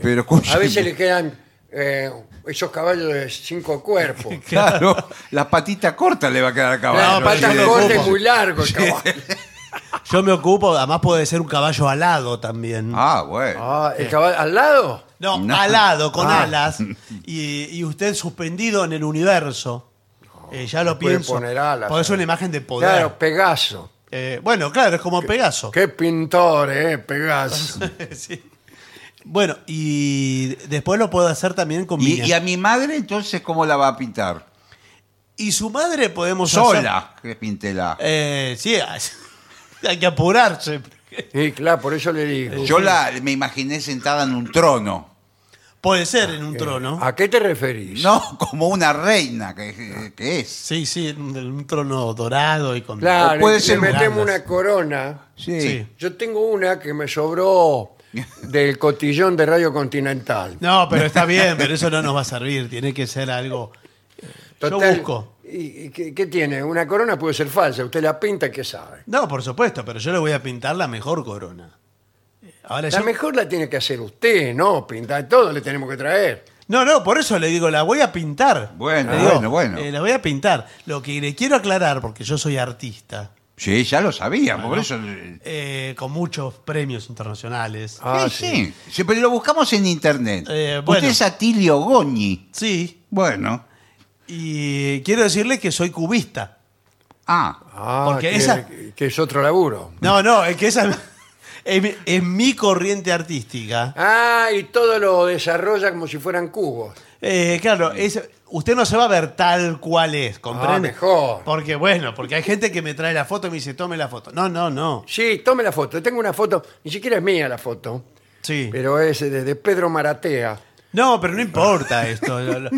Pero escuchen,
a veces le quedan eh, esos caballos de cinco cuerpos.
Claro, la patita corta le va a quedar al caballo.
Las
No,
patas
Sí,
yo-
cortas y
ojo.
muy largo el caballo.
Yo me ocupo, además puede ser un caballo alado también.
Ah, bueno.
Ah, ¿el caballo al lado?
No,
No.
alado, con
Ah.
alas. Y, y usted suspendido en el universo. Eh, ya lo
puede
pienso.
poner alas,
Por eso
¿eh?
una imagen de poder.
Claro, Pegaso.
Eh, bueno, claro, es como Pegaso.
Qué pintor, ¿eh? Pegaso.
Sí. Bueno, y después lo puedo hacer también con
Y,
mi
y a mi madre, entonces, ¿cómo la va a pintar?
Y su madre podemos hacer-
Sola, que pintela.
Eh, sí, hay que apurarse.
Y claro, por eso le digo.
Yo la, me imaginé sentada en un trono.
Puede ser en un trono.
¿A qué te referís?
No, como una reina que, que es.
Sí, sí, en un- en un trono dorado y con...
Claro,
O puede
le-
ser
le metemos
grandes.
una corona.
Sí.
Sí.
Yo tengo una que me sobró del cotillón de Radio Continental.
No, pero está bien, pero eso no nos va a servir. Tiene que ser algo... eh, Yo
Total,
busco.
¿Y, y qué, qué tiene? Una corona puede ser falsa. Usted la pinta y qué sabe.
No, por supuesto, pero yo le voy a pintar la mejor corona. Ahora
La
yo...
mejor la tiene que hacer usted, ¿no? Pintar todo le tenemos que traer.
No, no, por eso le digo, la voy a pintar.
Bueno,
Le digo,
bueno, bueno.
eh, la voy a pintar. Lo que le quiero aclarar, porque yo soy artista,
Sí, ya lo sabía, por
Bueno.
eso.
eh, con muchos premios internacionales.
Ah,
sí, sí. Sí, Pero lo buscamos en internet.
Eh, bueno.
Usted es Atilio Goñi.
Sí,
Bueno.
y quiero decirle que soy cubista.
Ah,
Ah,
Porque
que,
esa-
que es otro laburo.
No, no, es que esa es, mi- es mi corriente artística.
Ah, y todo lo desarrolla como si fueran cubos.
Eh, claro, es- usted no se va a ver tal cual es, ¿comprende?
Ah, mejor.
Porque bueno, porque hay gente que me trae la foto y me dice, tome la foto. No, no, no.
Sí, tome la foto. Tengo una foto, ni siquiera es mía la foto,
Sí.
pero es de, de Pedro Maratea.
No, pero no importa esto. Lo, lo-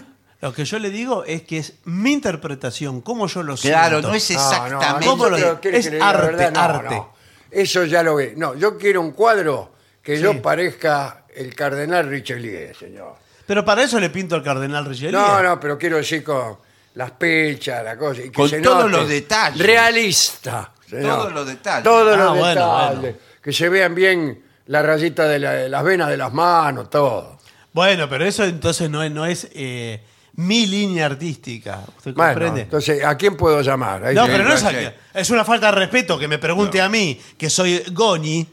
lo que yo le digo es que es mi interpretación, como yo lo siento.
claro, no es
Ah, No,
exactamente.
No,
¿Cómo lo
nosotros,
digo?
¿quiere
Es
que le diga la
arte,
verdad? No,
arte.
no. Eso ya lo ve. No, yo quiero un cuadro que
Sí.
yo parezca el cardenal Richelieu, señor.
Pero para eso le pinto al cardenal Richelieu.
No, no, pero quiero decir con las pechas, la cosa. y que
Con
se
todos
note.
los detalles.
Realista. se
Todos
note.
los detalles.
Todos
Ah,
los
bueno,
detalles.
bueno.
Que se vean bien la rayita de, la- de las venas de las manos, todo.
Bueno, pero eso entonces no es, no es eh, mi línea artística. ¿Usted
Bueno,
comprende?
entonces, ¿a quién puedo llamar? Ahí
no,
sí.
pero no es,
sí.
aquí. es una falta de respeto que me pregunte a mí, que soy Goni,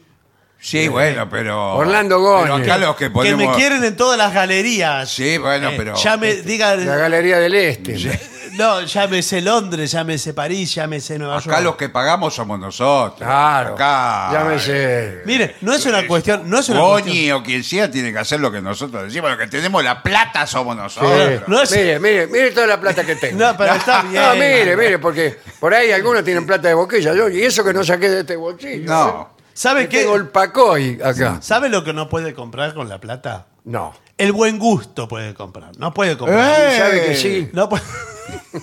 Sí, bueno, pero.
Orlando Goñi.
Pero acá los que
que
ponemos.
me quieren en todas las galerías.
Sí, bueno,
Eh,
pero.
Ya me, diga,
La Galería del Este.
no, llámese Londres, llámese París, llámese Nueva
Acá los
York.
que pagamos somos nosotros.
Claro.
Acá.
Llámese.
Mire, no es una cuestión. No es una cuestión.
Goñi o quien sea tiene que hacer lo que nosotros decimos. Lo que tenemos la plata somos nosotros.
no es-
Mire, mire, mire toda la plata que tengo.
No, pero está bien.
No, mire, mire, porque por ahí algunos tienen plata de boquilla. Yo, y eso que no saqué de este bolsillo.
No.
¿Sabe
¿Sabe
qué?
qué? Tengo el pacoy acá.
¿Sabe lo que no puede comprar con la plata?
No.
El buen gusto puede comprar. No puede comprar.
¡Eh!
¿Sabe que sí?
No puede-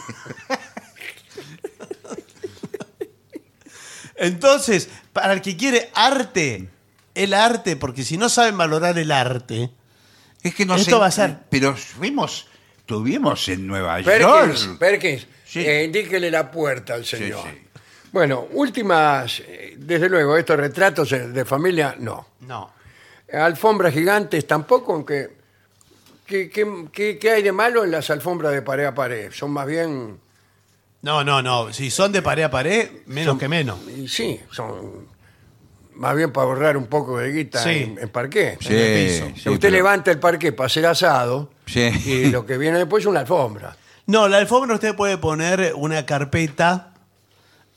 Entonces, para el que quiere arte, el arte, porque si no saben valorar el arte,
Es que no
Esto
sé-
va a ser-
Pero fuimos. Estuvimos en Nueva
Perkins,
York.
Perkins,
Sí.
eh, indíquele la puerta al señor.
sí.
Bueno, últimas, eh, desde luego, estos retratos eh, de familia, no.
no.
Alfombras gigantes tampoco, aunque... ¿Qué, qué, qué- qué hay de malo en las alfombras de pared a pared? Son más bien...
No, no, no. Si son de pared a pared, menos que menos.
Y sí, son más bien para ahorrar un poco de guita
Sí.
en, en parqué.
Sí,
el piso.
sí,
usted
pero-
levanta el parqué para hacer asado
Sí.
y lo que viene después es una alfombra.
No, la alfombra usted puede poner una carpeta,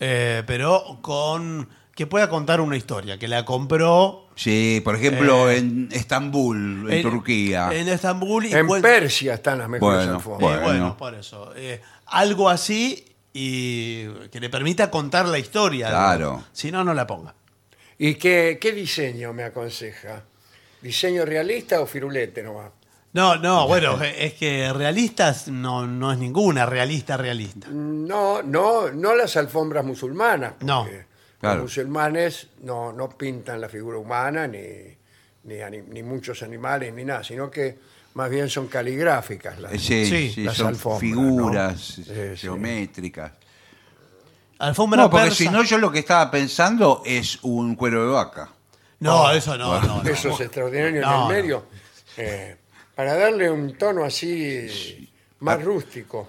eh, pero con que pueda contar una historia, que la compró
Sí, por ejemplo, en Estambul, en, Turquía.
Eh, en Estambul y
En
cuen-
Persia están las mejores
Bueno,
alfombras.
Eh, bueno,
Bueno.
por eso. Eh, algo así y que le permita contar la historia. ¿no?
Claro.
Si no, no la ponga.
¿Y qué, qué diseño me aconseja? ¿Diseño realista o firulete nomás?
No, no, bueno, eh, es que realistas no, no es ninguna realista realista.
No, no, no las alfombras musulmanas. porque
No,
claro.
Los musulmanes no, no pintan la figura humana, ni, ni, ani- ni muchos animales, ni nada, sino que más bien son caligráficas. Las,
Eh, Sí,
Sí,
sí,
las
son
alfombras,
figuras
¿no? Sí, sí.
geométricas.
Alfombra
No, porque
persa-
si no, yo lo que estaba pensando es un cuero de vaca.
No, eso no, no, no.
Ah. Eso es extraordinario
No,
en
no.
el medio. eh, para darle un tono así eh, más rústico.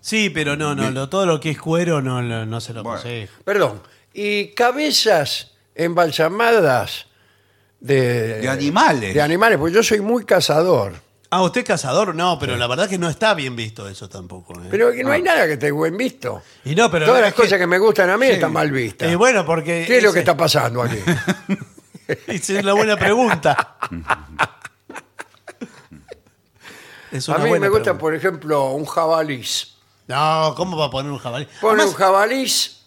Sí, pero no, no, lo- todo lo que es cuero no, no, no se lo
Bueno.
aconsejo.
Perdón. Y cabezas embalsamadas de,
De animales.
De animales, porque yo soy muy cazador.
Ah, usted es cazador, no, pero la verdad que no está bien visto eso tampoco. ¿eh?
Pero que no hay nada que esté buen visto.
y no, pero
Todas
no,
las
es
cosas que... me gustan a mí están mal vistas.
Y bueno, porque
¿Qué es lo que
ese-
está pasando aquí?
Esa es una buena pregunta. Es
a
una
mí
buena
me gusta,
pregunta.
por ejemplo, un jabalís.
No, ¿cómo va a poner un jabalí?
Pone
Además,
un jabalís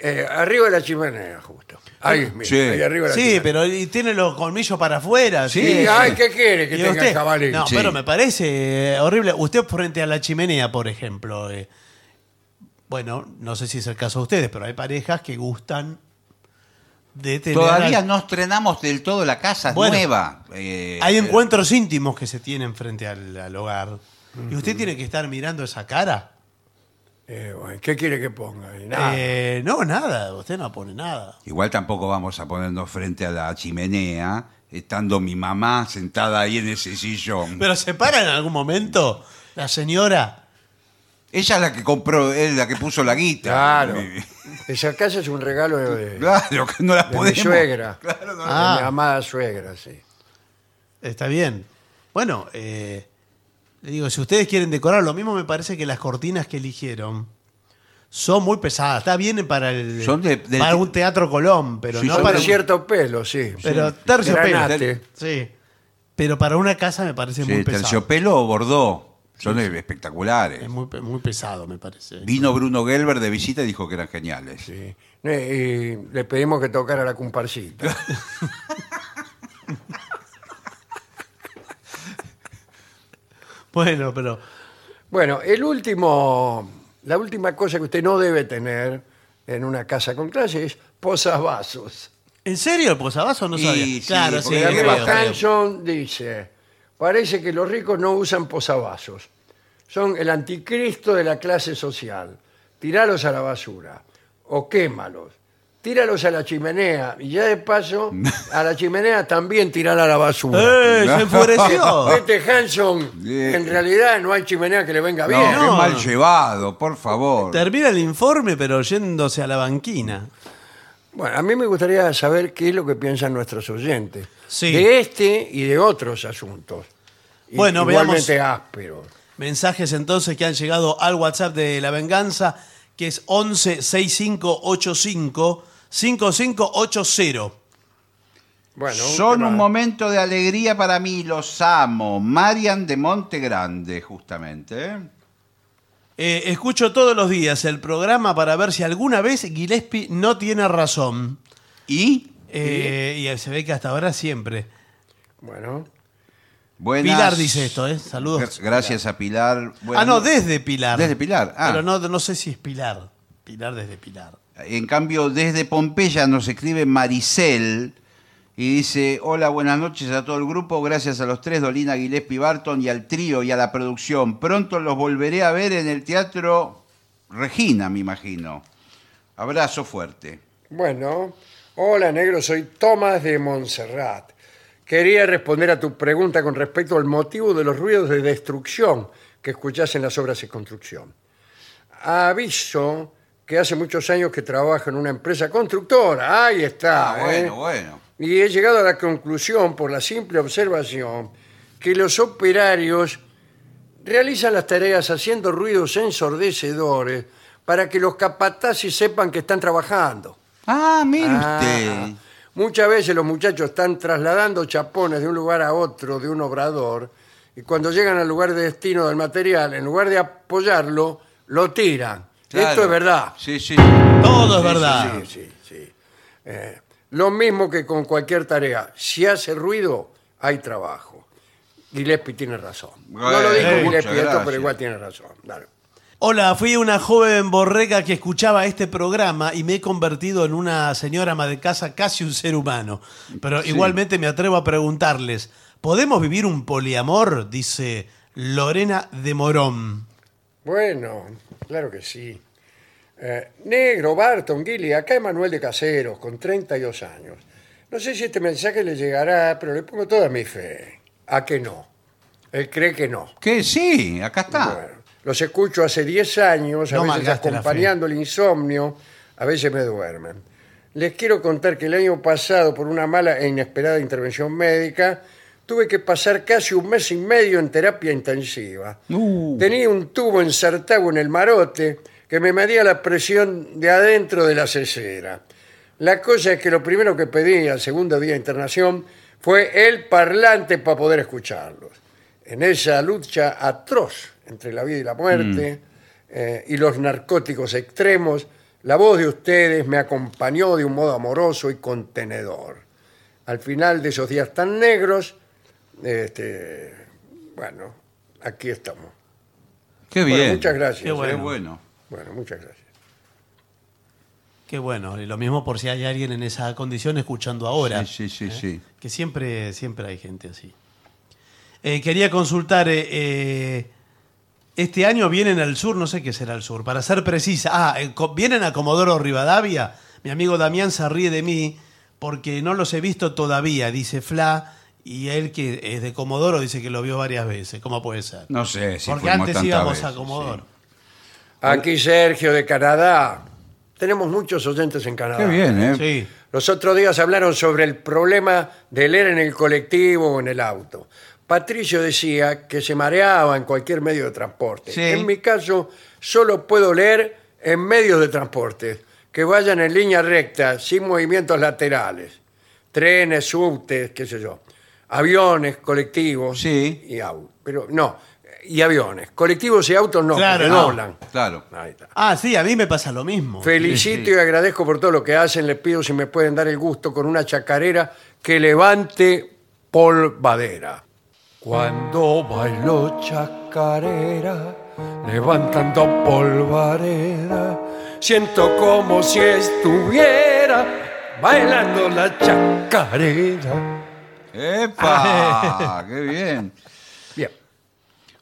eh, arriba de la chimenea, justo. Ahí, mira,
Sí.
ahí arriba de la
Ah, sí,
chimenea.
pero y tiene los colmillos para afuera.
Sí,
Sí,
eso.
ay, ¿qué quiere que
Y
tenga el
usted-
jabalí?
No,
Sí.
pero me parece eh, horrible. Usted frente a la chimenea, por ejemplo. eh, bueno, no sé si es el caso de ustedes, pero hay parejas que gustan de tener...
Todavía
al-
no estrenamos del todo la casa es
Bueno,
nueva. Eh,
Hay
eh,
encuentros íntimos que se tienen frente al, al hogar. Y usted tiene que estar mirando esa cara.
Eh, bueno, ¿Qué quiere que ponga? ahí? Nada.
Eh, no, nada, usted no pone nada.
Igual tampoco vamos a ponernos frente a la chimenea, estando mi mamá sentada ahí en ese sillón.
Pero se para en algún momento la señora.
Ella es la que compró, es la que puso la guita.
Claro.
Mi-
Esa casa es un regalo de, de
Claro, que no la
mi
podemos.
suegra.
Claro, no.
De mi
Ah,
amada suegra, sí.
está bien. Bueno, eh, le digo, si ustedes quieren decorar, lo mismo me parece que las cortinas que eligieron son muy pesadas. Está bien para el
Son de- del-
para un teatro Colón, pero
Sí,
no
son
Para
para un-
cierto pelo, sí.
pero
Sí.
terciopelo.
Granate.
Sí. Pero para una casa me parece
Sí,
muy pesado.
terciopelo o bordó. Son espectaculares.
Es muy, pe- muy pesado, me parece.
Vino Bruno Gelber de visita y dijo que eran geniales.
Sí. Eh, Y le pedimos que tocara la comparsita.
Bueno, pero
Bueno, el último, la última cosa que usted no debe tener en una casa con clase es posavasos.
¿en serio el posavasos no
Y
sabía?
sí,
claro, sí.
porque
Pero
¿qué
creo.
pasa?
Hanson dice, parece que los ricos no usan posavasos. Son el anticristo de la clase social. Tíralos a la basura o quémalos. Tíralos a la chimenea y ya de paso a la chimenea también tirar a la basura.
¡Eh! ¡Se enfureció!
Este Hanson,
Bien.
en realidad no hay chimenea que le venga
No,
bien.
qué
no.
mal llevado, por favor.
Termina el informe, pero yéndose a la banquina.
Bueno, a mí me gustaría saber qué es lo que piensan nuestros oyentes
Sí.
de este y de otros asuntos. I-
Bueno,
igualmente ásperos.
Mensajes entonces que han llegado al WhatsApp de La Venganza, que es 11 6585 5580.
Bueno,
Son
tema-
un momento de alegría para mí, los amo. Marian de Monte Grande, justamente. ¿eh?
Eh, escucho todos los días el programa para ver si alguna vez Gillespie no tiene razón.
Y,
Eh, Y se ve que hasta ahora siempre.
Bueno,
buenas...
Pilar dice esto, ¿eh? Saludos.
Gra- Gracias a Pilar. Buenas-
ah, no, desde Pilar.
Desde Pilar, ah.
Pero no, no sé si es Pilar. Pilar desde Pilar.
En cambio, desde Pompeya nos escribe Maricel y dice: Hola, buenas noches a todo el grupo. Gracias a los tres, Dolina, Gillespie, Barton y al trío y a la producción. Pronto los volveré a ver en el teatro Regina, me imagino. Abrazo fuerte.
bueno. Hola, negro, soy Tomás de Montserrat. Quería responder a tu pregunta con respecto al motivo de los ruidos de destrucción que escuchás en las obras de construcción. Aviso que hace muchos años que trabajo en una empresa constructora. Ahí está.
Ah,
¿eh?
bueno, bueno.
Y he llegado a la conclusión, por la simple observación, que los operarios realizan las tareas haciendo ruidos ensordecedores para que los capataces sepan que están trabajando.
Ah, mire
Ah,
usted.
muchas veces los muchachos están trasladando chapones de un lugar a otro de un obrador y cuando llegan al lugar de destino del material, en lugar de apoyarlo, lo tiran. Esto
Claro.
es verdad.
Sí, sí.
Todo es
Sí, sí,
verdad.
Sí, sí, sí. Eh, lo mismo que con cualquier tarea. Si hace ruido, hay trabajo. Gillespie tiene razón. no lo
Eh,
dijo
muchas
Gillespie esto,
gracias.
pero igual tiene razón. Claro.
Hola, fui una joven borrega que escuchaba este programa y me he convertido en una señora ama de casa, casi un ser humano. Pero igualmente me atrevo a preguntarles, ¿podemos vivir un poliamor? Dice Lorena de Morón.
Bueno, claro que sí. Eh, Negro, Barton, Gilly, acá Emanuel de Caseros, con 32 años. No sé si este mensaje le llegará, pero le pongo toda mi fe. ¿A que no? Él cree que no.
Que sí, acá está.
Bueno, los escucho hace 10 años, a
No
veces
malgaste la
acompañando el insomnio, a veces me duermen. Les quiero contar que el año pasado, por una mala e inesperada intervención médica, tuve que pasar casi un mes y medio en terapia intensiva.
Uh.
Tenía un tubo ensartado en el marote que me medía la presión de adentro de la cesera. La cosa es que lo primero que pedí al segundo día de internación fue el parlante para poder escucharlos. En esa lucha atroz entre la vida y la muerte eh, y los narcóticos extremos, la voz de ustedes me acompañó de un modo amoroso y contenedor. Al final de esos días tan negros, este, bueno, aquí estamos.
Qué
Bueno,
bien.
muchas gracias.
Qué
Qué
¿eh?
bueno.
bueno.
Bueno, muchas gracias.
Qué bueno, y lo mismo por si hay alguien en esa condición escuchando ahora. ¿eh?
Sí, sí, sí, sí.
Que siempre, siempre hay gente así. Eh, quería consultar, eh, eh, este año vienen al sur, no sé qué será el sur, para ser precisa. Ah, eh, co- vienen a Comodoro Rivadavia. Mi amigo Damián se ríe de mí porque no los he visto todavía, dice Fla. Y él que es de Comodoro dice que lo vio varias veces. ¿Cómo puede ser?
No sé si
porque
fuimos
antes
tantas
íbamos a
veces,
Comodoro.
sí.
Aquí Sergio de Canadá. Tenemos muchos oyentes en Canadá.
Qué bien, ¿eh?
Sí.
Los otros días hablaron sobre el problema de leer en el colectivo o en el auto. Patricio decía que se mareaba en cualquier medio de transporte.
Sí.
En mi caso, solo puedo leer en medios de transporte, que vayan en línea recta, sin movimientos laterales. Trenes, subtes, qué sé yo. Aviones, colectivos
Sí.
y autos. Pero no, y aviones. Colectivos y autos no,
Claro,
porque
no.
doblan.
Claro.
Ahí está.
Ah, sí, a mí me pasa lo mismo.
Felicito y agradezco por todo lo que hacen. Les pido si me pueden dar el gusto con una chacarera que levante polvadera. Cuando bailo chacarera, levantando polvareda, siento como si estuviera bailando la chacarera.
¡Epa! ¡Qué bien!
Bien.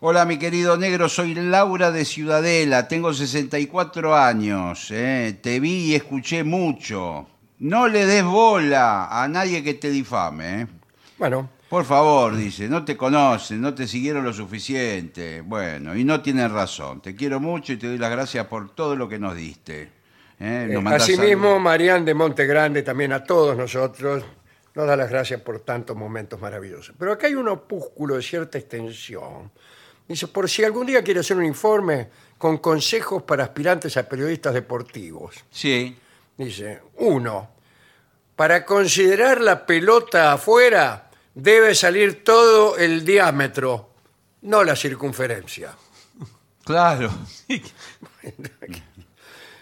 Hola, mi querido negro, soy Laura de Ciudadela, tengo 64 años, ¿eh? te vi y escuché mucho. No le des bola a nadie que te difame. ¿eh?
Bueno,
Por favor, dice, no te conocen, no te siguieron lo suficiente. Bueno, y no tienen razón. Te quiero mucho y te doy las gracias por todo lo que nos diste. ¿Eh? Nos
eh,
mandás
asimismo,
saludos.
Marían de Monte Grande también a todos nosotros nos da las gracias por tantos momentos maravillosos. Pero acá hay un opúsculo de cierta extensión. Dice, por si algún día quiere hacer un informe con consejos para aspirantes a periodistas deportivos.
Sí,
Dice, uno, para considerar la pelota afuera debe salir todo el diámetro, no la circunferencia.
claro.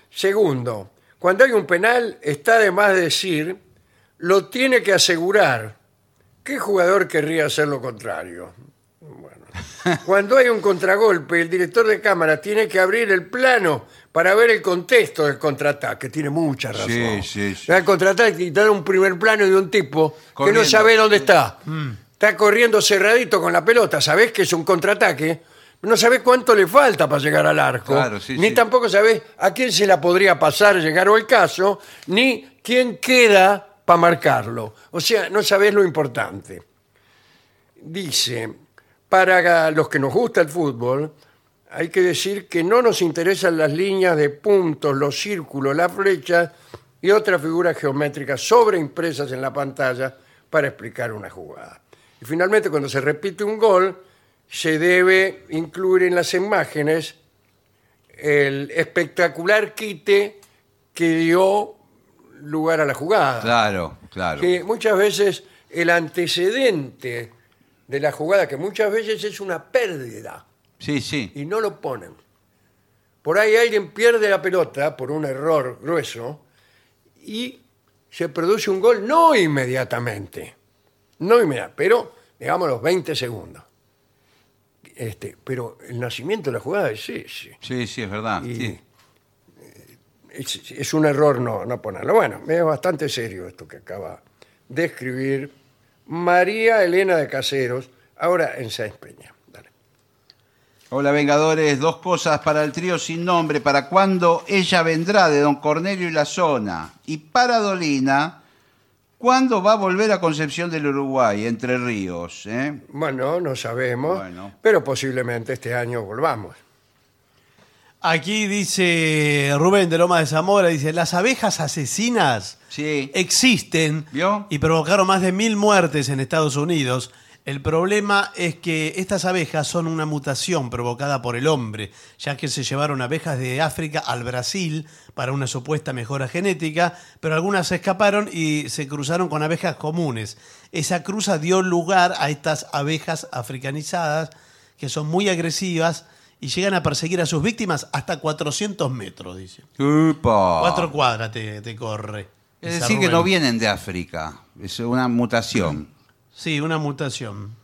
Segundo, cuando hay un penal está de más decir, lo tiene que asegurar. ¿Qué jugador querría hacer lo contrario? Bueno. Cuando hay un contragolpe, el director de cámara tiene que abrir el plano para ver el contexto del contraataque. Tiene mucha razón.
Sí, sí, sí.
Da El contraataque y dar un primer plano de un tipo
Corriendo. Mm.
que no sabe dónde está. Está corriendo cerradito con la pelota. Sabés que es un contraataque. No sabés cuánto le falta para llegar al arco.
Claro, sí,
ni
sí.
tampoco sabés a quién se la podría pasar llegar o el caso, ni quién queda para marcarlo. O sea, no sabés lo importante dice, para los que nos gusta el fútbol, hay que decir que no nos interesan las líneas de puntos, los círculos, las flechas y otras figuras geométricas sobreimpresas en la pantalla para explicar una jugada. Y finalmente, cuando se repite un gol, se debe incluir en las imágenes el espectacular quite que dio lugar a la jugada
Claro, claro.
que muchas veces el antecedente de la jugada, que muchas veces es una pérdida,
Sí, sí.
y no lo ponen. Por ahí alguien pierde la pelota por un error grueso y se produce un gol no inmediatamente, no inmediatamente, pero digamos los 20 segundos. Este, pero el nacimiento de la jugada es ese.
Sí, sí, es verdad.
Y-
Ah,
eh,
sí.
es, es un error no, no ponerlo. Bueno, es bastante serio esto que acaba de escribir María Elena de Caseros, ahora en Sáenz Peña. Dale.
Hola Vengadores, dos cosas para el trío sin nombre, para cuándo ella vendrá de Don Cornelio y la zona. Y para Dolina, ¿cuándo va a volver a Concepción del Uruguay, Entre Ríos? eh?
Bueno, no sabemos,
Bueno.
pero posiblemente este año volvamos.
Aquí dice Rubén de Loma de Zamora, dice, las abejas asesinas
Sí.
Eh, existen
¿Vio?
y provocaron más de mil muertes en Estados Unidos. El problema es que estas abejas son una mutación provocada por el hombre, ya que se llevaron abejas de África al Brasil para una supuesta mejora genética, pero algunas se escaparon y se cruzaron con abejas comunes. Esa cruza dio lugar a estas abejas africanizadas, que son muy agresivas y llegan a perseguir a sus víctimas hasta 400 metros, dice.
Upa.
Cuatro cuadras te, te corre.
Es
Esa
decir, que
Rubén.
no vienen de África, es una mutación.
Sí, una mutación.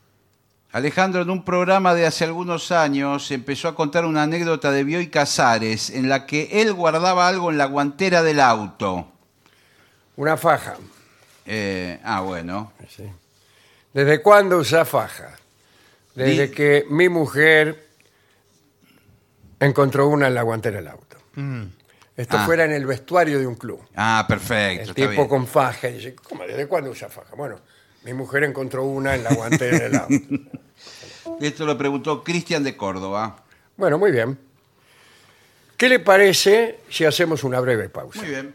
Alejandro, en un programa de hace algunos años, empezó a contar una anécdota de Bioy Casares, en la que él guardaba algo en la guantera del auto.
Una faja.
Eh, ah, bueno.
¿sí? ¿Desde cuándo usa faja? Desde
Di-
que mi mujer encontró una en la guantera del auto. Esto
Ah.
fuera en el vestuario de un club.
Ah, perfecto.
El
está
tipo
bien.
con faja. Y dice, ¿cómo? ¿Desde cuándo usa faja? Bueno, mi mujer encontró una en la guantera del auto.
Esto lo preguntó Cristian de Córdoba.
Bueno, muy bien. ¿Qué le parece si hacemos una breve pausa?
Muy bien.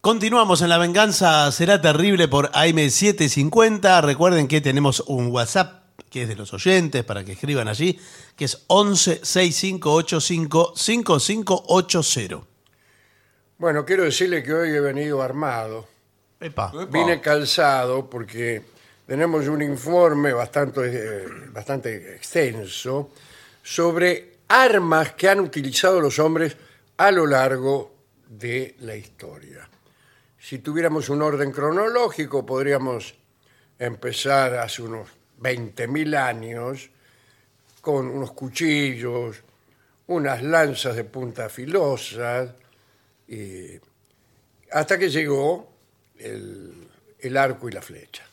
Continuamos en La Venganza Será Terrible por AM750. Recuerden que tenemos un WhatsApp que es de los oyentes para que escriban allí, que es 11 6585 5580.
Bueno, quiero decirle que hoy he venido armado.
Epa.
Vine calzado porque tenemos un informe bastante, eh, bastante extenso sobre armas que han utilizado los hombres a lo largo de la historia. Si tuviéramos un orden cronológico, podríamos empezar hace unos 20.000 años con unos cuchillos, unas lanzas de punta filosas, y hasta que llegó el, el arco y la flecha.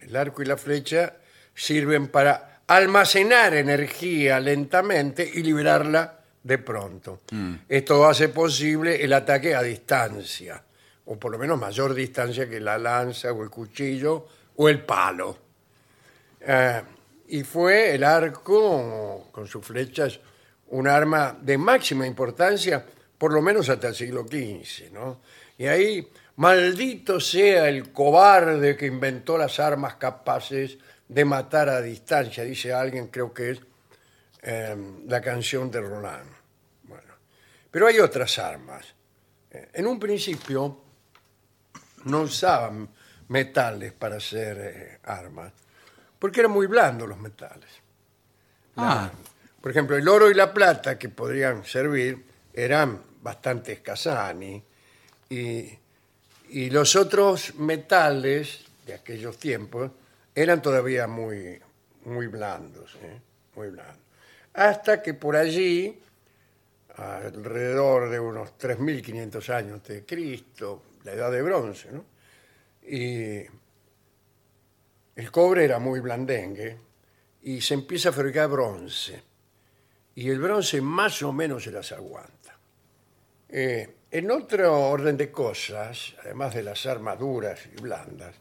El arco y la flecha sirven para almacenar energía lentamente y liberarla de pronto. Esto hace posible el ataque a distancia, o por lo menos mayor distancia que la lanza o el cuchillo o el palo. Eh, y fue el arco con sus flechas un arma de máxima importancia, por lo menos hasta el siglo XV. ¿no? Y ahí, maldito sea el cobarde que inventó las armas capaces de matar a distancia, dice alguien, creo que es eh, la canción de Roland. Bueno, pero hay otras armas. Eh, En un principio no usaban metales para hacer eh, armas, porque eran muy blandos los metales.
Ah,
Por ejemplo, el oro y la plata que podrían servir eran bastante escasani y, y los otros metales de aquellos tiempos eran todavía muy, muy blandos, ¿eh? muy blandos. Hasta que por allí, alrededor de unos 3.500 años de Cristo, la edad de bronce, ¿no? y el cobre era muy blandengue y se empieza a fabricar bronce y el bronce más o menos se las aguanta. Eh, en otro orden de cosas, además de las armas duras y blandas,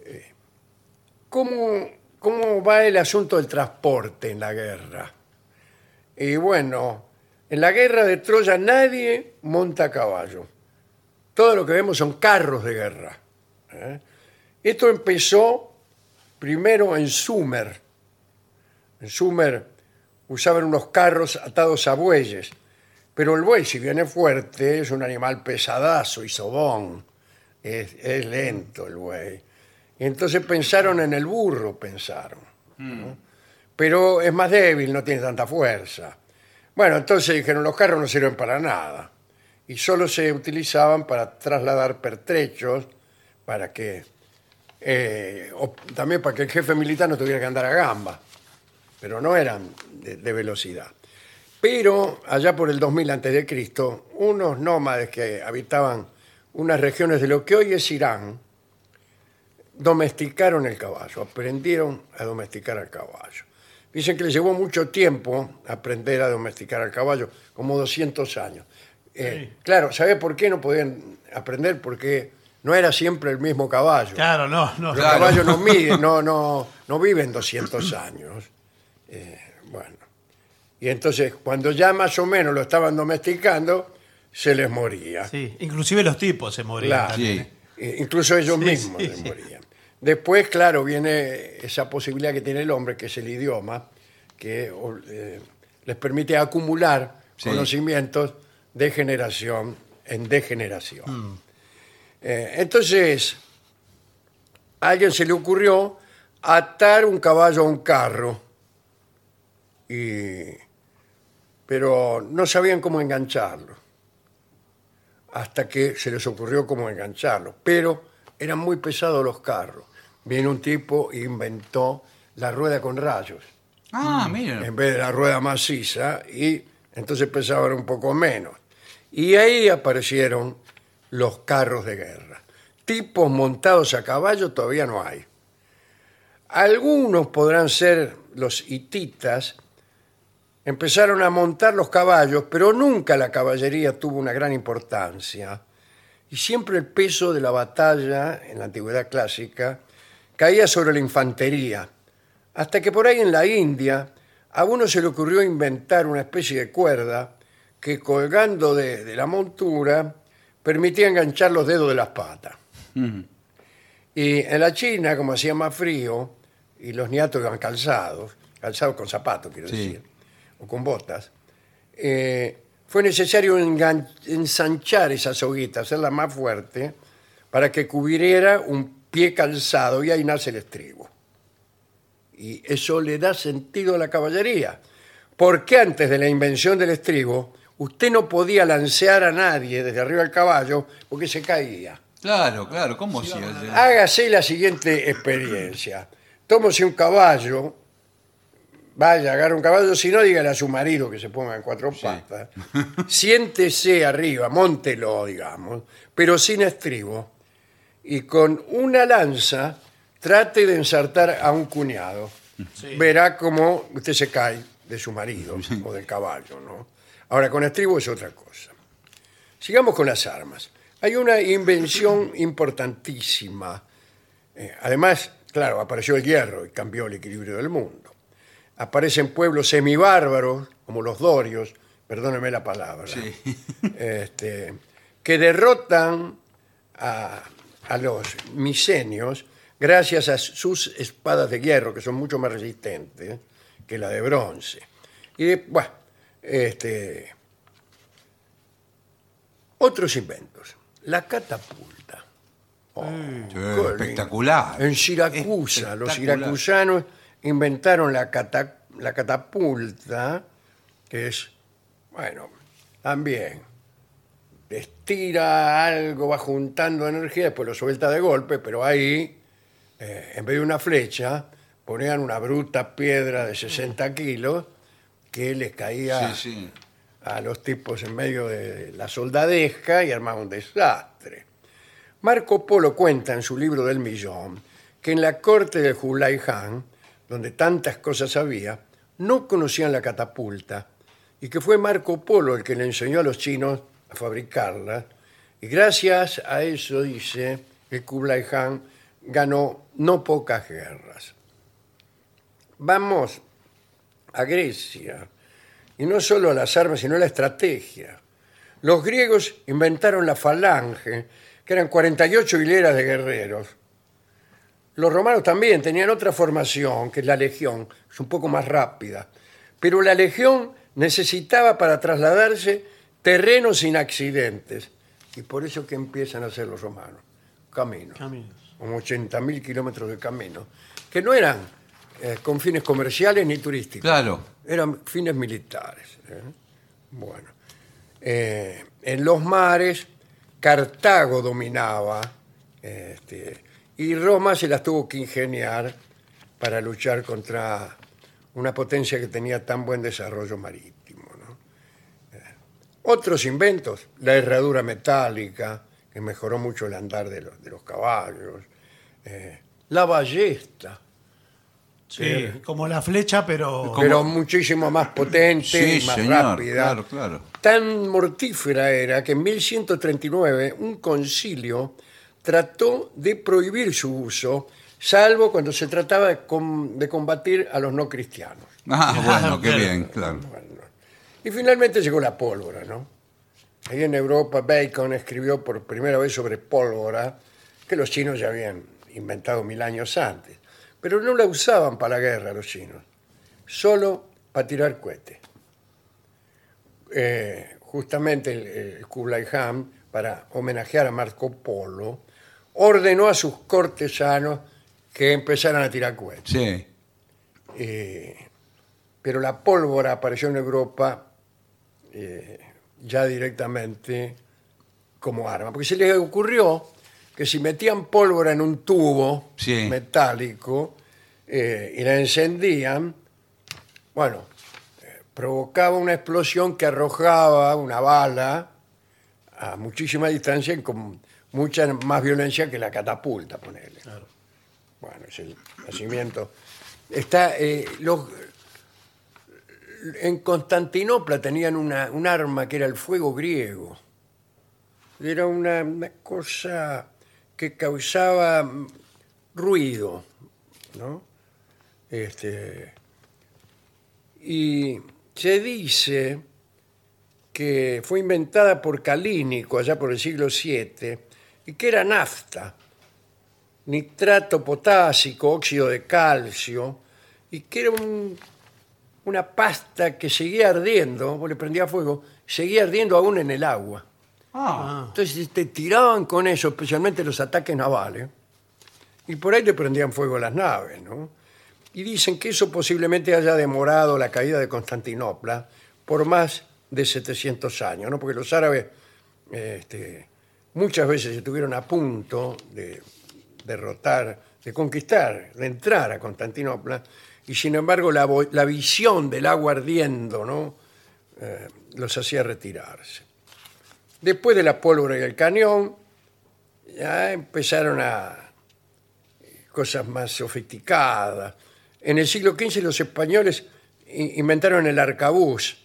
eh, ¿cómo, ¿cómo va el asunto del transporte en la guerra? Y bueno, en la guerra de Troya nadie monta a caballo. Todo lo que vemos son carros de guerra. ¿eh? Esto empezó primero en Sumer, en Sumer usaban unos carros atados a bueyes, pero el buey, si bien es fuerte, es un animal pesadazo y sobón. Es, es lento el buey. Entonces pensaron en el burro, pensaron. ¿no? Pero es más débil, no tiene tanta fuerza. Bueno, entonces dijeron, los carros no sirven para nada. Y solo se utilizaban para trasladar pertrechos, para que... eh, o también para que el jefe militar no tuviera que andar a gamba pero no eran de, de velocidad. Pero allá por el 2000 a.C., unos nómades que habitaban unas regiones de lo que hoy es Irán, domesticaron el caballo, aprendieron a domesticar al caballo. Dicen que les llevó mucho tiempo aprender a domesticar al caballo, como 200 años. Eh, Claro, ¿sabés por qué no podían aprender? Porque no era siempre el mismo caballo.
Claro, no, no.
Los
Claro.
caballos no miden, no, no, no viven 200 años. Eh, bueno. Y entonces, cuando ya más o menos lo estaban domesticando, se les moría.
Sí, inclusive los tipos se morían.
Claro.
también.
Sí.
Eh, Incluso ellos
Sí,
mismos
sí,
se
sí.
morían. Después, claro, viene esa posibilidad que tiene el hombre, que es el idioma, que o- eh, les permite acumular
Sí.
conocimientos de generación en degeneración.
Mm.
Eh, entonces, a alguien se le ocurrió atar un caballo a un carro. Y- pero no sabían cómo engancharlo hasta que se les ocurrió cómo engancharlos. Pero eran muy pesados los carros. Viene un tipo e inventó la rueda con rayos, Mm.
Ah, miren.
en vez de la rueda maciza, y entonces pesaban un poco menos. Y ahí aparecieron los carros de guerra. Tipos montados a caballo todavía no hay. Algunos podrán ser los hititas, empezaron a montar los caballos, pero nunca la caballería tuvo una gran importancia. Y siempre el peso de la batalla en la antigüedad clásica caía sobre la infantería, hasta que por ahí en la India a uno se le ocurrió inventar una especie de cuerda que colgando de, de la montura permitía enganchar los dedos de las patas. Y en la China, como hacía más frío, y los niatos iban calzados, calzados con zapatos, quiero
Sí.
decir, o con botas, eh, fue necesario engan- ensanchar esas hoguitas, hacerla más fuerte, para que cubriera un pie calzado, y ahí nace el estribo. Y eso le da sentido a la caballería. Porque antes de la invención del estribo, usted no podía lancear a nadie desde arriba del caballo porque se caía.
Claro, claro, ¿cómo si?
Hágase la siguiente experiencia. Tómese un caballo vaya, agarra un caballo, si no, dígale a su marido que se ponga en cuatro patas. Siéntese arriba, montelo, digamos, pero sin estribo. Y con una lanza trate de ensartar a un cuñado. Verá cómo usted se cae de su marido o del caballo, ¿no? Ahora, con estribo es otra cosa. Sigamos con las armas. Hay una invención importantísima. Eh, además, claro, apareció el hierro y cambió el equilibrio del mundo. Aparecen pueblos semibárbaros, como los dorios, perdóneme la palabra, este, que derrotan a, a los micenios gracias a sus espadas de hierro, que son mucho más resistentes que la de bronce. Y, bueno, este, otros inventos. La catapulta. Oh,
Sí,
qué
espectacular.
en Siracusa, los
Espectacular.
siracusanos inventaron la, cata- la catapulta, que es, bueno, también estira algo, va juntando energía, después lo suelta de golpe, pero ahí, eh, en vez de una flecha, ponían una bruta piedra de 60 kilos que les caía
Sí, sí.
a los tipos en medio de la soldadesca y armaba un desastre. Marco Polo cuenta en su libro del millón que en la corte de Hulai Han, donde tantas cosas había, no conocían la catapulta y que fue Marco Polo el que le enseñó a los chinos a fabricarla. Y gracias a eso, dice, que Kublai Khan ganó no pocas guerras. Vamos a Grecia. Y no solo las armas, sino la estrategia. Los griegos inventaron la falange, que eran 48 hileras de guerreros. Los romanos también tenían otra formación, que es la legión, es un poco más rápida. Pero la legión necesitaba para trasladarse terrenos sin accidentes. Y por eso que empiezan a hacer los romanos. Caminos.
Caminos.
Como 80.000 kilómetros de camino. Que no eran eh, con fines comerciales ni turísticos.
Claro.
Eran fines militares. ¿eh? Bueno. Eh, en los mares, Cartago dominaba este, y Roma se las tuvo que ingeniar para luchar contra una potencia que tenía tan buen desarrollo marítimo. ¿no? Eh, otros inventos, la herradura metálica, que mejoró mucho el andar de los, de los caballos, eh, la ballesta,
Sí, como la flecha, pero.
pero muchísimo más potente
Sí,
y más
señor.
rápida.
Claro, claro.
Tan mortífera era que en 1139 un concilio trató de prohibir su uso, salvo cuando se trataba de, com- de combatir a los no cristianos.
Ah, bueno, qué
Claro.
bien, claro.
Y finalmente llegó la pólvora, ¿no? Ahí en Europa Bacon escribió por primera vez sobre pólvora, que los chinos ya habían inventado mil años antes, pero no la usaban para la guerra los chinos, solo para tirar cohetes. Eh, justamente el, el Kublai Khan, para homenajear a Marco Polo, ordenó a sus cortesanos que empezaran a tirar cohetes.
Sí.
Eh, pero la pólvora apareció en Europa eh, ya directamente como arma, porque se les ocurrió que si metían pólvora en un tubo
Sí.
metálico eh, y la encendían, bueno, eh, provocaba una explosión que arrojaba una bala a muchísima distancia y con mucha más violencia que la catapulta, ponele. Bueno, es el nacimiento. Está, eh, los, en Constantinopla tenían una, un arma que era el fuego griego. Era una, una cosa que causaba mm, ruido, ¿no? Este, y se dice que fue inventada por Calínico allá por el siglo VII y que era nafta nitrato potásico, óxido de calcio, y que era un- una pasta que seguía ardiendo, vos le prendías fuego, seguía ardiendo aún en el agua.
Ah,
Entonces te tiraban con eso, especialmente los ataques navales, y por ahí le prendían fuego a las naves, ¿no? Y dicen que eso posiblemente haya demorado la caída de Constantinopla por más de 700 años, ¿no? Porque los árabes este, muchas veces estuvieron a punto de derrotar, de conquistar, de entrar a Constantinopla, y sin embargo la, vo- la visión del agua ardiendo ¿no? Eh, los hacía retirarse. Después de la pólvora y el cañón, ya empezaron a eh, cosas más sofisticadas. En el siglo XV los españoles i- inventaron el arcabuz.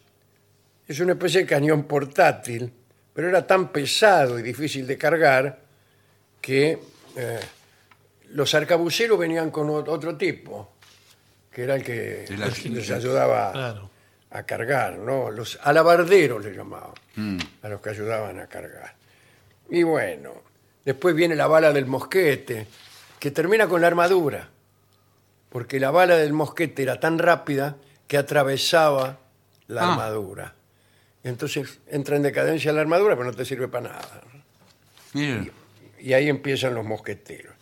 Es una especie de cañón portátil, pero era tan pesado y difícil de cargar que eh, los arcabuceros venían con ot- otro tipo, que era el que
El arquitecto.
les ayudaba
Claro.
a cargar, ¿no? Los alabarderos le llamaban, a los que ayudaban a cargar. Y bueno, después viene la bala del mosquete, que termina con la armadura, porque la bala del mosquete era tan rápida que atravesaba la
Ah.
armadura. Entonces entra en decadencia la armadura, pero no te sirve para nada.
Mire,
Y ahí empiezan los mosqueteros.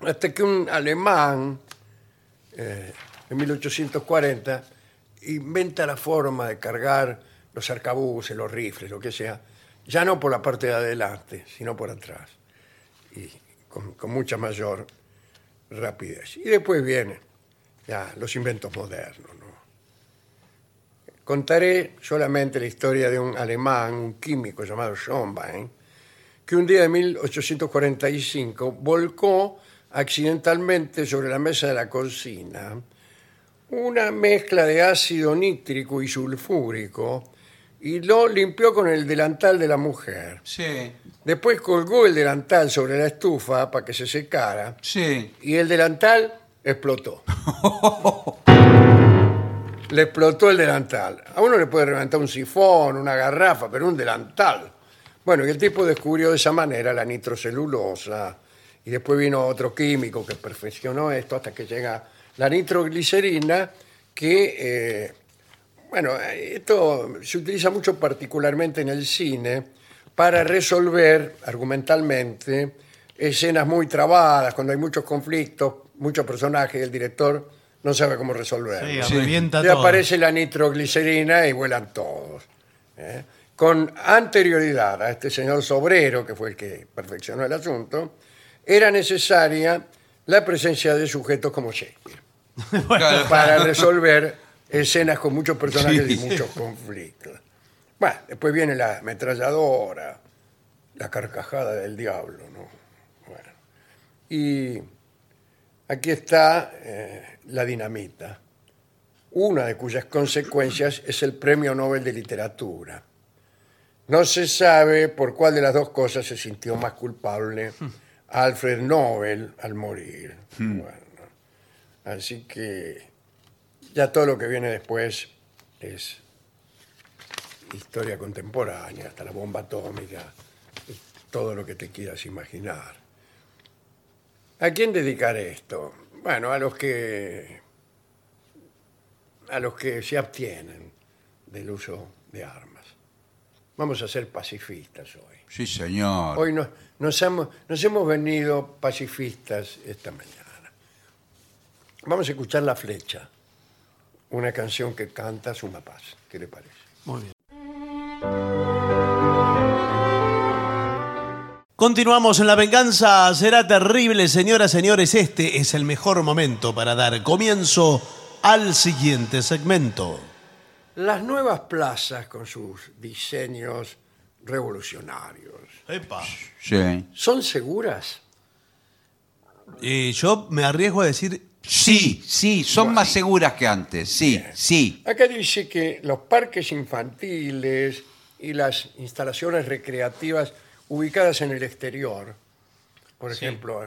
Hasta que un alemán, eh, en 1840, inventa la forma de cargar los arcabuces, los rifles, lo que sea, ya no por la parte de adelante, sino por atrás, y con, con mucha mayor rapidez. Y después vienen ya los inventos modernos. ¿no? Contaré solamente la historia de un alemán, un químico llamado Schombein, que un día de 1845 volcó accidentalmente sobre la mesa de la cocina una mezcla de ácido nítrico y sulfúrico y lo limpió con el delantal de la mujer.
Sí,
Después colgó el delantal sobre la estufa para que se secara
sí.
y el delantal explotó. le explotó el delantal. A uno le puede reventar un sifón, una garrafa, pero un delantal. Bueno, y el tipo descubrió de esa manera la nitrocelulosa. Y después vino otro químico que perfeccionó esto hasta que llega la nitroglicerina, que, eh, bueno, eh, esto se utiliza mucho particularmente en el cine para resolver argumentalmente escenas muy trabadas, cuando hay muchos conflictos, muchos personajes, el director no sabe cómo resolverlo.
Sí,
Sí.
revienta
Le
todo.
aparece la nitroglicerina y vuelan todos. ¿eh? Con anterioridad a este señor Sobrero, que fue el que perfeccionó el asunto, era necesaria la presencia de sujetos como Shakespeare
Claro.
para resolver escenas con muchos personajes y
Sí.
muchos conflictos. Bueno, después viene la ametralladora, la carcajada del diablo, ¿no? Bueno. Y aquí está eh, la dinamita, una de cuyas consecuencias es el Premio Nobel de Literatura. No se sabe por cuál de las dos cosas se sintió más culpable Alfred Nobel al morir. Bueno. Así que ya todo lo que viene después es historia contemporánea, hasta la bomba atómica, y todo lo que te quieras imaginar. ¿A quién dedicar esto? Bueno, a los que a los que se abstienen del uso de armas. Vamos a ser pacifistas hoy.
Sí, señor.
Hoy nos, nos hemos, nos hemos venido pacifistas esta mañana. Vamos a escuchar La Flecha, una canción que canta Suma Paz. ¿Qué le parece?
Muy bien. Continuamos en la venganza. Será terrible, señoras, señores. Este es el mejor momento para dar comienzo al siguiente segmento.
Las nuevas plazas con sus diseños revolucionarios,
Epa.
Sí.
¿son seguras?
Y yo me arriesgo a decir
Sí, sí, son más seguras que antes. Sí, sí.
Acá dice que los parques infantiles y las instalaciones recreativas ubicadas en el exterior, por ejemplo,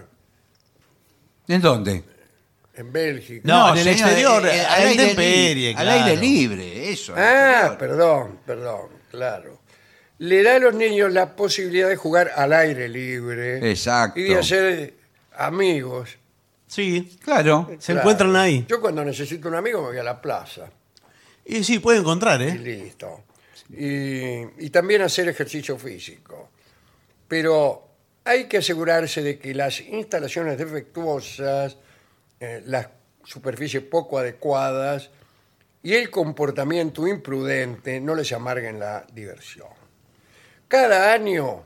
¿En dónde?
en Bélgica.
No, en el exterior,
eh,
al aire
libre.
libre,
Al aire
claro.
libre, eso.
Ah,
exterior.
perdón, perdón, claro. Le da a los niños la posibilidad de jugar al aire libre
Exacto.
y de hacer amigos.
sí.
Claro.
Se encuentran ahí.
Yo cuando necesito un amigo me voy a la plaza
Y sí, puede encontrar,
y
¿eh?
listo. Y, y también hacer ejercicio físico. Pero hay que asegurarse de que las instalaciones defectuosas, eh, las superficies poco adecuadas y el comportamiento imprudente no les amarguen la diversión. Cada año,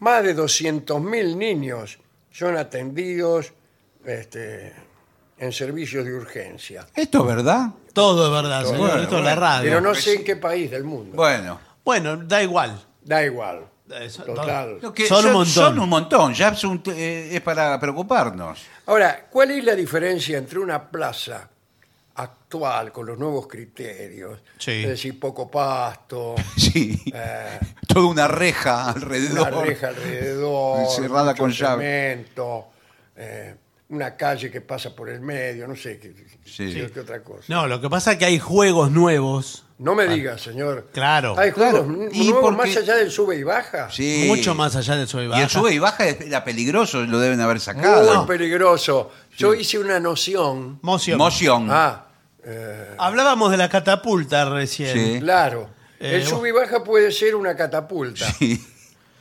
más de 200.000 niños son atendidos este, en servicios de urgencia.
¿Esto es verdad?
Todo es verdad, señor.
bueno,
Esto es la
bueno,
radio.
Pero no sé en qué país del mundo.
Bueno.
Bueno, da igual.
Da igual.
Eso-
Total.
Lo que
Son un montón.
Son un montón. Ya es, un- eh, es para preocuparnos.
Ahora, ¿cuál es la diferencia entre una plaza actual con los nuevos criterios?
Sí.
Es decir, poco pasto,
Sí.
eh,
Toda una reja alrededor.
una reja alrededor,
Cerrada
mucho
con llave.
cemento, eh, una calle que pasa por el medio, no sé qué,
Sí.
qué- qué otra cosa.
No, lo que pasa es que hay juegos nuevos.
No me digas, señor.
Claro.
Hay
Ah, Claro.
juegos n-
Y
nuevos
porque-
más allá del sube y baja.
Sí.
Mucho más allá del sube y
Y
baja.
el sube y baja es- era peligroso, lo deben haber
Muy
sacado.
peligroso. Yo hice una noción.
Moción.
Moción.
Ah,
Hablábamos de la catapulta recién.
Sí.
claro.
Eh,
el sube y baja puede ser una catapulta.
Sí.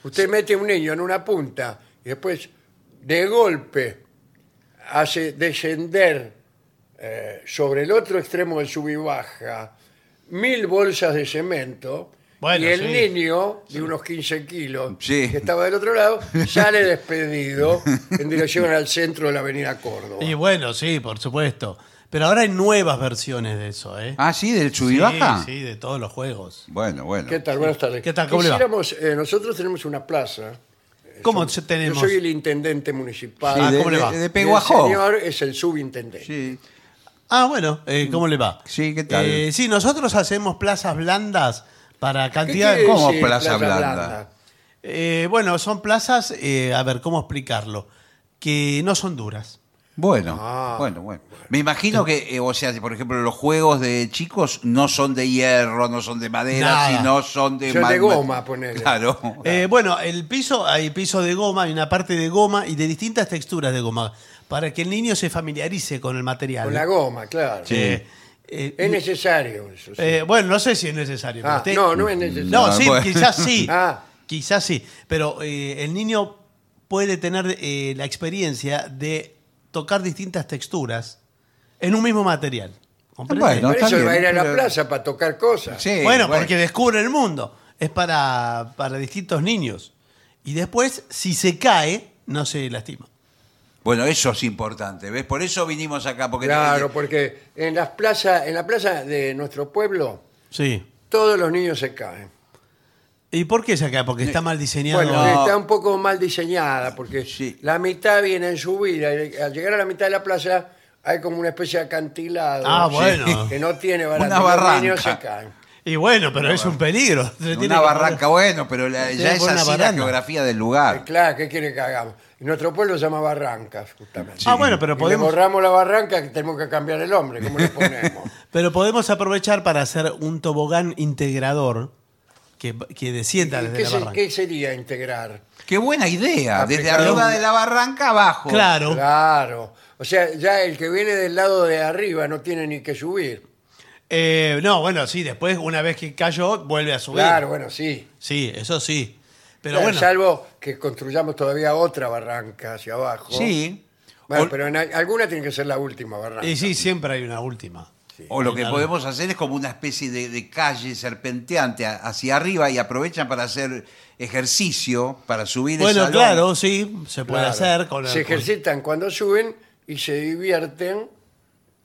Usted mete un niño en una punta y después, de golpe, hace descender eh, sobre el otro extremo del sub y baja mil bolsas de cemento.
Bueno,
y el
sí.
niño, de unos 15 kilos,
Sí.
que estaba del otro lado, sale despedido en dirección al centro de la avenida Córdoba.
Y bueno, sí, por supuesto. Pero ahora hay nuevas versiones de eso, ¿eh?
Ah, sí, del sub y
sí,
baja.
sí, de todos los juegos.
Bueno, bueno.
¿Qué tal? Buenas tardes.
¿Qué tal? ¿Cómo le va?
Quisiéramos, eh, nosotros tenemos una plaza.
Eh,
¿Cómo
Yo-
tenemos?
Yo soy el intendente municipal.
Sí,
Ah,
de,
¿cómo le
de-
va?
de
Y el
Peguajó.
señor es el subintendente.
Sí.
Ah, bueno, eh, ¿cómo le va?
Sí, ¿qué tal?
Eh, sí, nosotros hacemos plazas blandas para
¿Qué
cantidad
quiere
¿Cómo
decir
plaza blanda?
Eh, bueno, son plazas, eh, a ver, ¿cómo explicarlo? Que no son duras.
Bueno,
Ah.
bueno, bueno. Me imagino que, eh, o sea, por ejemplo, los juegos de chicos no son de hierro, no son de madera,
Nada.
sino son de...
Son de
ma- ma-
goma, ponele.
Claro.
Eh, bueno, el piso, hay piso de goma, hay una parte de goma y de distintas texturas de goma, para que el niño se familiarice con el material.
Con la goma, claro.
Sí.
Eh, eh,
Es necesario eso. sí.
eh, bueno, no sé si es necesario. pero
Ah,
usted-
No, no es necesario.
No,
Ah,
sí,
bueno.
quizás sí.
Ah.
Quizás sí. Pero eh, el niño puede tener eh, la experiencia de tocar distintas texturas en un mismo material. ¿Comprende?
Bueno.
Por
está
eso
bien,
va a ir a la
pero-
plaza para tocar cosas.
Sí,
Bueno, porque descubre el mundo. Es para, para distintos niños. Y después, si se cae, no se lastima.
Bueno, eso es importante, ¿ves? Por eso vinimos acá, porque...
Claro, porque en las plazas, en la plaza de nuestro pueblo,
Sí.
todos los niños se caen.
¿Y por qué se cae? Porque está mal diseñado.
Bueno,
No.
está un poco mal diseñada porque
Sí.
la mitad viene en subida y al llegar a la mitad de la plaza hay como una especie de acantilado
Ah, bueno.
que no tiene baranda.
Una
Los
barranca.
niños se caen.
Y bueno, pero es un peligro. Se tiene
Una
que-
barranca, bueno, pero la-
Sí,
ya es
por una
así la
baranda.
geografía del
Eh,
lugar.
Claro, ¿qué quiere que hagamos? En nuestro pueblo se llama barrancas, justamente.
Ah, bueno, pero
Y
podemos-
Le borramos la barranca que tenemos que cambiar el hombre, ¿cómo le ponemos?
Pero podemos aprovechar para hacer un tobogán integrador que, que descienda
¿Y
desde
¿Qué,
la
se-
barranca.
qué sería integrar?
Qué buena idea, desde
Aplicar
arriba
un-
de la barranca abajo.
Claro.
Claro. O sea, ya el que viene del lado de arriba no tiene ni que subir.
Eh, no, bueno, sí, después, una vez que cayó, vuelve a subir.
Claro, bueno, sí.
Sí, eso sí. Pero
Claro,
bueno,
Salvo que construyamos todavía otra barranca hacia abajo.
Sí.
Bueno,
O-
pero en, alguna tiene que ser la última barranca.
y sí, siempre hay una última.
O lo que
Claro.
podemos hacer es como una especie de, de calle serpenteante a- hacia arriba y aprovechan para hacer ejercicio, para subir el
Bueno,
salón.
claro, sí, se puede
Claro.
hacer con
se ejercitan cuando suben y se divierten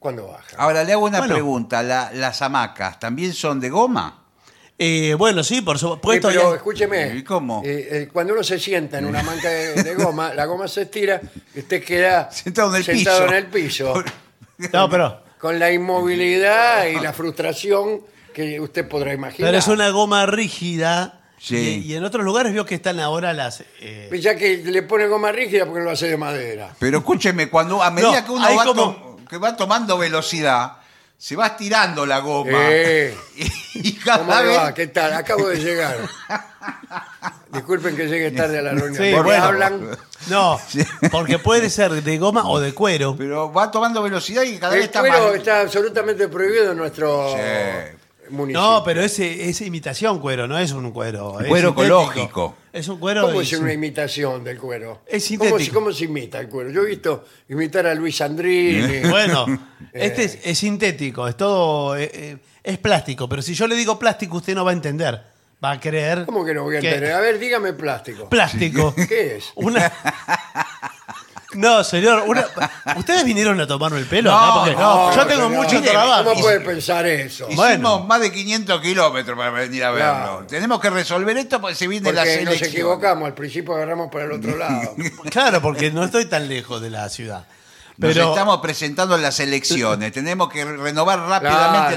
cuando bajan.
Ahora le hago una
Bueno.
pregunta, La- las hamacas también son de goma?
Eh, bueno, sí, por
Eh,
supuesto.
pero
ya-
escúcheme,
¿Y cómo?
eh, eh, cuando uno se sienta en una manca de, de goma, la goma se estira y usted queda
Sentado en el
sentado
piso.
en el piso,
No, pero,
con la inmovilidad y la frustración que usted podrá imaginar.
pero es una goma rígida.
Sí.
Y, y en otros lugares veo que están ahora las... eh,
Ya que le pone goma rígida porque lo hace de madera.
Pero escúcheme, cuando a medida
No,
que uno
hay
va,
como-
tom- que va tomando velocidad, se va estirando la goma.
Eh.
y, y
¿Cómo
cada
le
vez...
va? ¿Qué tal? Acabo de llegar. Disculpen que llegue tarde a la reunión.
Sí,
¿Por qué
bueno.
hablan?
no, porque puede ser de goma o de cuero.
Pero va tomando velocidad y cada vez
El
está
cuero
más...
está absolutamente prohibido en nuestro
Sí.
municipio.
No, pero ese es imitación cuero, no es un cuero. es
Cuero
sintético.
ecológico.
Es un cuero.
¿Cómo
de-
es una imitación del cuero?
Es
¿Cómo se-
sintético.
¿Cómo, se imita el cuero? Yo he visto imitar a Luis Andrini.
¿Eh? Bueno,
Eh.
este es, es sintético, es todo. eh, eh, es plástico, pero si yo le digo plástico, usted no va a entender. Va a creer.
¿Cómo que no voy a
que-
entender? A ver, dígame plástico.
Plástico.
¿Qué es?
Una, No, señor, una- ustedes vinieron a tomarme el pelo
No,
acá porque
no,
yo tengo
señor,
mucho
mire,
trabajo.
¿Cómo puede pensar eso?
Hicimos
Bueno.
más de 500 kilómetros para venir a verlo.
Claro.
Tenemos que resolver esto porque se viene la
Porque
selección.
nos equivocamos, al principio agarramos para el otro lado.
Claro, porque no estoy tan lejos de la ciudad.
Nos
Pero
estamos presentando en las elecciones. Tenemos que renovar rápidamente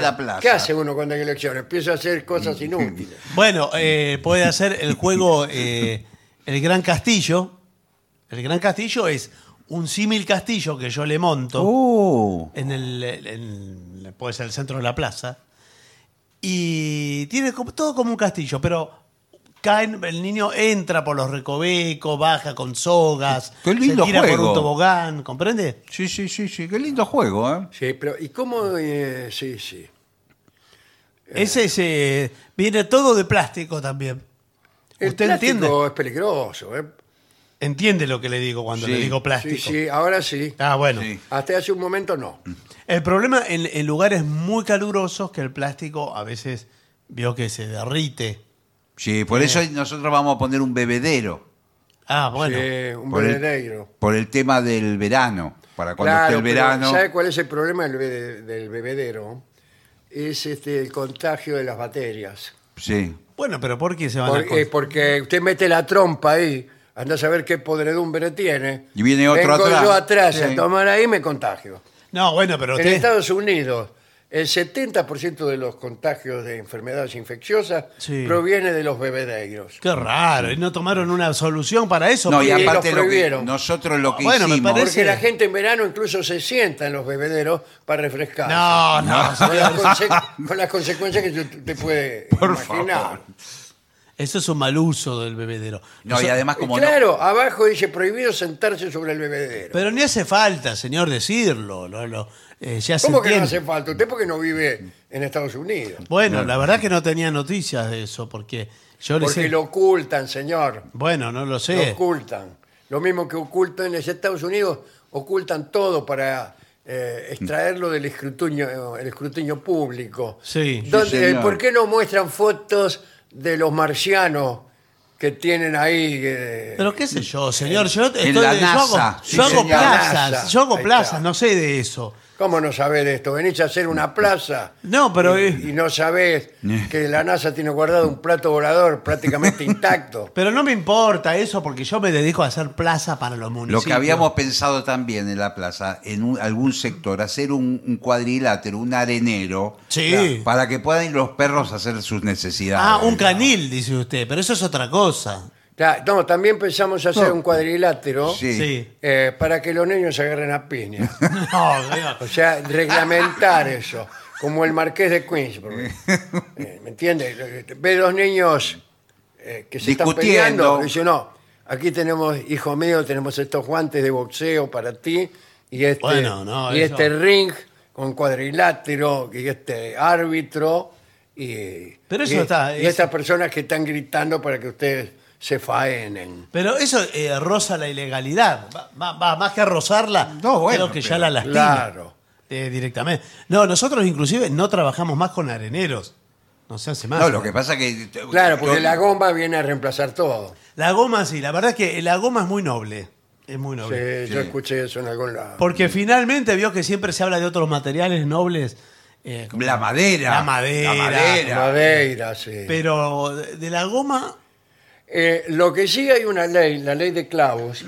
Claro.
la plaza.
¿Qué hace uno cuando hay elecciones? Empieza a hacer cosas
Mm.
inútiles.
bueno, eh, puede hacer el juego eh, El Gran Castillo. El Gran Castillo es un símil castillo que yo le monto.
Oh.
en el, en- puede ser el centro de la plaza y tiene como- todo como un castillo pero caen, el niño entra por los recovecos baja con sogas
Qué lindo
se tira por
juego. Eh.
un tobogán comprende
Sí, sí, sí, sí. Qué lindo juego, ¿eh?
Sí, pero ¿y cómo? eh, sí, sí.
ese es, eh, viene todo de plástico también
El
usted
plástico
entiende
es peligroso. ¿eh?
entiende lo que le digo cuando
Sí,
le digo
Sí,
plástico
sí, ahora sí.
ah bueno
Sí.
Hasta hace un momento no.
el problema en, en lugares muy calurosos que el plástico a veces vio que se derrite
Sí, por eso nosotros vamos a poner un bebedero.
ah bueno
Eh, un
por el-
bebedero.
Por el tema del verano. Para cuando esté el
pero
verano.
¿Sabe cuál es el problema del, bebe- del bebedero? Es este, el contagio de las bacterias.
Sí.
bueno pero por qué se
Ah,
van a
Por-
pues.
cons-
eh, porque usted mete la trompa ahí, anda a saber qué podredumbre tiene.
Y viene otro
Vengo
atrás.
yo atrás a
Sí.
tomar ahí me contagio.
No, bueno, pero
En
usted-
Estados Unidos, el 70% de los contagios de enfermedades infecciosas
Sí.
proviene de los bebederos.
Qué raro, y no tomaron una solución para eso.
No, y
los
porque-
aparte lo que,
prohibieron.
nosotros lo que
Bueno, me
hicimos.
parece-
Porque la gente en verano incluso se sienta en los bebederos para refrescarse.
no, no,
Ah.
Con las,
señor.
conse- con las consecuencias que tú te puede
Por
imaginar.
favor.
eso es un mal uso del bebedero.
No, y además,
Y
como no-
claro, abajo dice prohibido sentarse sobre el bebedero.
Pero ni hace falta, señor, decirlo. lo- lo- eh, ya se
¿Cómo que no
entiende.
hace falta? Usted porque no vive en Estados Unidos.
Bueno, la verdad que no tenía noticias de eso, porque yo les
Porque
he-
lo ocultan, señor.
Bueno, no lo
Lo
sé.
ocultan. Lo mismo que ocultan en los Estados Unidos, ocultan todo para eh, extraerlo del escrutinio, el escrutinio público.
Sí, sí,
Donde-
señor.
¿Por qué no muestran fotos de los marcianos que tienen ahí? eh,
Pero qué sé yo, señor, yo, estoy,
la
de- yo
NASA,
hago,
sí,
yo hago
señor.
NASA,
plazas, yo hago
ahí está.
plazas, no sé de eso.
¿Cómo no sabés de esto? Venís a hacer una plaza.
No, pero, eh,
Y no sabés que la NASA tiene guardado un plato volador prácticamente intacto.
pero no me importa eso porque yo me dedico a hacer plazas para los
Lo
municipios.
que habíamos pensado también en la plaza, en un- algún sector, hacer un, un cuadrilátero, un arenero,
Sí.
para que puedan ir los perros a hacer sus necesidades.
Ah, un canil, dice usted, pero eso es otra cosa.
Ya, No, también pensamos hacer un cuadrilátero
Sí.
Sí.
eh, para que los niños se agarren a piña.
No, señor.
O sea, reglamentar eso, como el marqués de Queensborough. Eh, ¿Me entiendes? Ve dos niños eh, que se están
Discutiendo.
peleando. Dice, no, aquí tenemos, hijo mío, tenemos estos guantes de boxeo para ti y este,
Bueno, no,
y
eso-
este ring con cuadrilátero y este árbitro y,
Pero eso
y-
está-
y
es-
estas personas que están gritando para que ustedes se faenen.
Pero eso eh, roza la ilegalidad. Va, va- va, más que rozarla,
No, bueno,
creo que
pero-
ya la lastima
Claro.
eh, directamente. No, nosotros inclusive no trabajamos más con areneros. No se hace más.
No, lo que pasa que...
Claro, porque
yo-
la goma viene a reemplazar todo.
La goma sí, la verdad es que la goma es muy noble. Es muy
Sí,
noble.
Yo escuché eso en algún lado.
Porque finalmente vio que siempre se habla de otros materiales nobles. eh, como-
La madera.
La madera.
La madera.
Madeira, sí.
Pero de de la goma,
Eh, lo que sí hay una ley, la ley de clavos,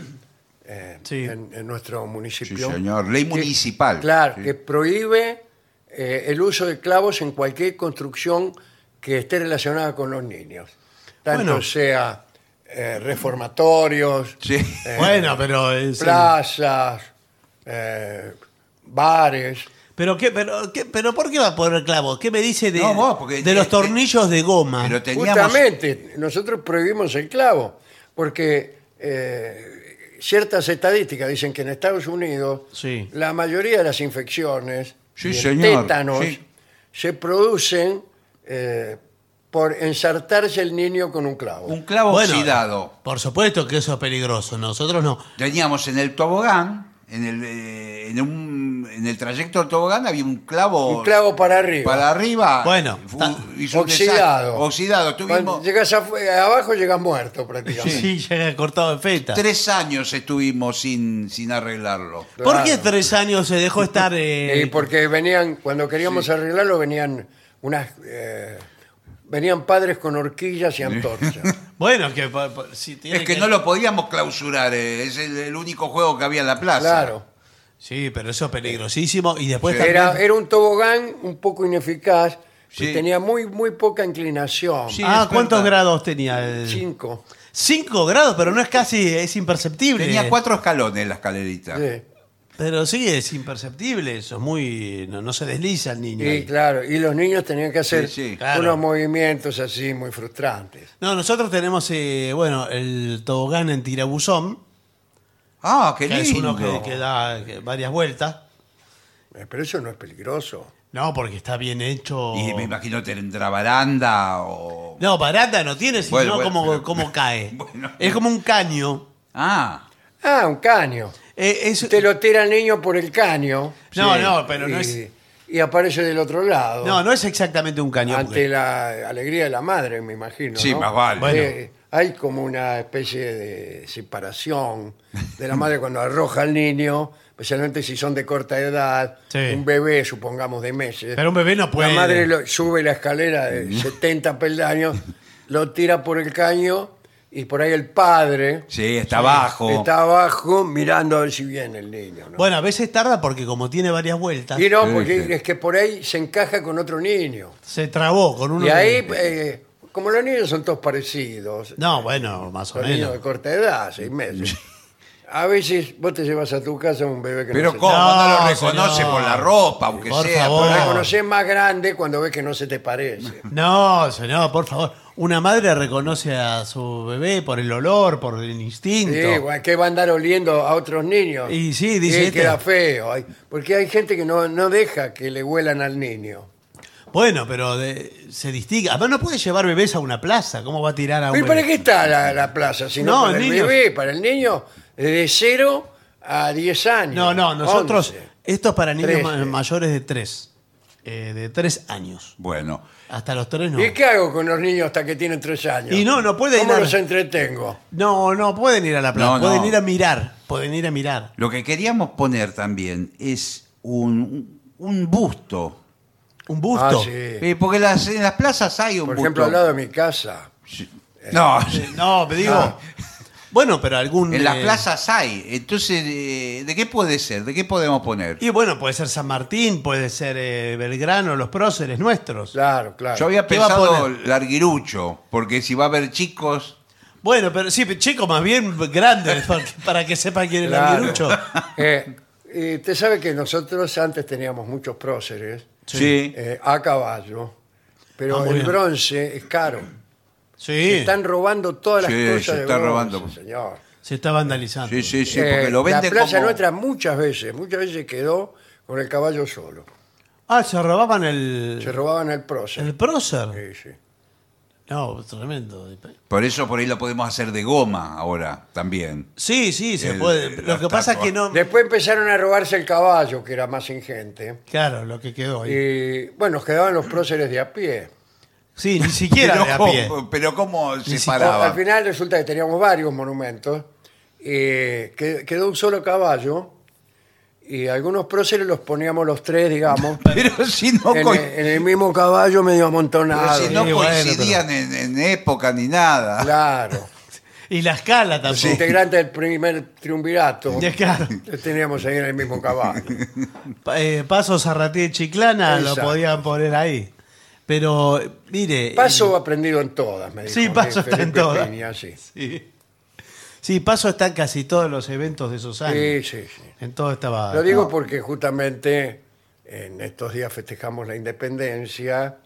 eh,
Sí.
en, en nuestro
Sí,
municipio.
señor. Ley
que-
municipal.
Claro,
Sí.
que prohíbe eh, el uso de clavos en cualquier construcción que esté relacionada con los niños. Tanto
Bueno.
sea eh, reformatorios,
Sí.
bueno, pero eh, es,
plazas, eh, bares.
Pero, qué, pero, qué- pero ¿por qué va a poner clavo? ¿Qué me dice de,
No, vos, porque-
de los
eh,
tornillos de goma?
Pero teníamos...
Justamente, nosotros prohibimos el clavo, porque eh, ciertas estadísticas dicen que en Estados Unidos
Sí.
la mayoría de las infecciones
Sí,
y el
señor,
tétanos
sí.
se producen eh, por ensartarse el niño con un clavo.
Un clavo
Bueno,
oxidado.
Por supuesto que eso es peligroso, nosotros no.
Teníamos en el tobogán en el, eh, en un- en el trayecto del tobogán había un clavo,
Un clavo para arriba.
para arriba.
Bueno,
Fu-
ta-
hizo un
Oxidado.
desastre. Oxidado.
Cuando
Estuvimos
llegas afu- abajo, llegas muerto
Sí,
prácticamente.
llega cortado en feta.
tres años estuvimos sin, sin arreglarlo.
¿Por qué
Claro.
tres años se dejó estar? eh,
Y porque venían, cuando queríamos arreglarlo, venían unas. eh, venían padres con horquillas y antorchas.
Bueno, que pa- pa- si tiene
Es que no lo podíamos clausurar, eh, es el, el único juego que había en la plaza.
Claro.
Sí, pero eso es peligrosísimo. Y después también-
Era, era un tobogán un poco ineficaz
Sí.
y tenía muy, muy poca inclinación.
Sí.
Ah,
es
¿cuántos
verdad.
grados tenía? el-
Cinco.
Cinco grados, pero no es casi, es imperceptible.
Tenía cuatro escalones la escalerita.
Sí.
Pero sí, es imperceptible eso, es muy... No, no se desliza el niño.
Y
ahí.
claro, y los niños tenían que hacer
Sí, sí.
Claro.
unos movimientos así muy frustrantes.
No, nosotros tenemos, eh, bueno, el tobogán en tirabuzón,
Ah, qué
que
lindo.
es uno que, que da eh, varias vueltas.
Eh, Pero eso no es peligroso.
No, porque está bien hecho.
Y me imagino tendrá baranda o.
No, barata no tiene, sino
Bueno, bueno,
cómo,
pero-
cómo cae.
Bueno.
Es como un caño.
Ah,
Ah, un caño.
Eh, es-
Te lo tira el niño por el caño.
No,
Sí.
no, pero
y,
no es...
y aparece del otro lado.
No, no es exactamente un caño.
ante
porque-
la alegría de la madre, me imagino.
pues. Sí,
¿no?
más vale.
Bueno.
Eh, hay como una especie de separación de la madre cuando arroja al niño, especialmente si son de corta edad,
Sí.
un bebé, supongamos, de meses.
Pero un bebé no puede.
La madre lo- sube la escalera de
Mm.
70 peldaños, lo tira por el caño y por ahí el padre
sí, está abajo.
está abajo mirando a ver si viene el niño. ¿no?
Bueno, a veces tarda porque como tiene varias vueltas,
y no,
Sí,
porque
sí.
es que por ahí se encaja con otro niño.
se trabó con uno.
Y ahí,
de-
eh, como los niños son todos parecidos,
No, bueno, más o
son niños de
menos.
corta edad, seis meses. A veces vos te llevas a tu casa un bebé que no
Pero
se-
¿cómo? No, lo
No,
reconoce
señor.
por la ropa, aunque
Por
sea.
favor.
por
Lo
la-
reconoces más grande cuando ves que no se te parece.
No, señor, por favor. Una madre reconoce a su bebé por el olor, por el instinto.
Sí, bueno, que va a andar oliendo a otros niños.
Y sí, dice este.
queda feo. Ay, Porque hay gente que no, no deja que le huelan al niño.
Bueno, pero de- se distingue. Además, no puede llevar bebés a una plaza. ¿Cómo va a tirar a un
¿Y para
bebé?
qué está la, la plaza? Si
Ah, No,
no, para el
niños.
bebé, para el niño, de 0 a 10 años.
No, no, nosotros.
11.
Esto es para niños
Trece.
ma- mayores de tres. eh, de tres años.
Bueno,
Hasta los tres no.
¿Y qué hago con los niños hasta que tienen 3 años?
Y no, no puede ir
¿Cómo
a-
los entretengo?
No, no pueden ir a la plaza.
No,
pueden
no.
ir a mirar. Pueden ir a mirar.
lo que queríamos poner también es un, un busto.
Un busto.
Ah, sí.
Eh, porque las- en las plazas hay un
Por
busto.
ejemplo, al lado de mi casa.
Sí. No,
Eh, No, me digo.
Ah.
Bueno, pero algún.
en las
eh,
plazas hay. Entonces, eh, ¿de qué puede ser? ¿De qué podemos poner?
Y bueno, puede ser San Martín, puede ser eh, Belgrano, los próceres nuestros.
Claro, claro.
Yo había
¿Qué va a
pensado
poner?
larguirucho, porque si va a haber chicos,
Bueno, pero sí, chicos, más bien grandes, porque- para que sepan quién es
Claro.
el virucho.
Eh, eh, Te sabe que nosotros antes teníamos muchos próceres
sí.
eh, a caballo, pero
Ah, muy
el
bien.
bronce es caro. Se
Sí,
están robando todas las
Sí,
cosas.
se
de
está
bronce,
robando.
señor.
se está vandalizando.
Sí, sí, sí, porque
Eh,
lo vende
la plaza
como...
nuestra muchas veces, muchas veces quedó con el caballo solo.
Ah, se robaban
Se
el.
robaban el prócer.
El prócer.
Sí, sí.
No, tremendo.
Por eso por ahí lo podemos hacer de goma ahora también.
Sí, sí, se
El-
puede.
la
Lo que pasa es
estatua.
que no.
Después empezaron a robarse el caballo, que era más ingente.
Claro, lo que quedó ahí.
Y bueno, nos quedaban los próceres de a pie.
Sí, ni siquiera de a pie.
cómo, pero cómo se
siquiera-
O-
paraba.
Al final resulta que teníamos varios monumentos. eh, que- quedó un solo caballo y algunos próceres los poníamos los tres, digamos,
Pero si no,
en,
co-
el- en el mismo caballo medio
pero
amontonado.
si no
Sí, bueno,
coincidían en, en época ni nada.
Claro.
Y la escala
Los
tampoco.
integrantes del primer triunvirato
Ya, claro.
los teníamos ahí en el mismo caballo.
Pa- eh, Paso Zarratí y Chiclana
Exacto.
lo podían poner ahí. Pero, eh, mire.
Paso aprendido en todas, me dijo. eh,
Sí, Paso está en
Felipe
todas.
Peña, sí. Sí,
Sí. Sí, Paso está en casi todos los eventos de esos años.
sí, sí.
En todo estaba.
Lo digo porque justamente en estos días festejamos la independencia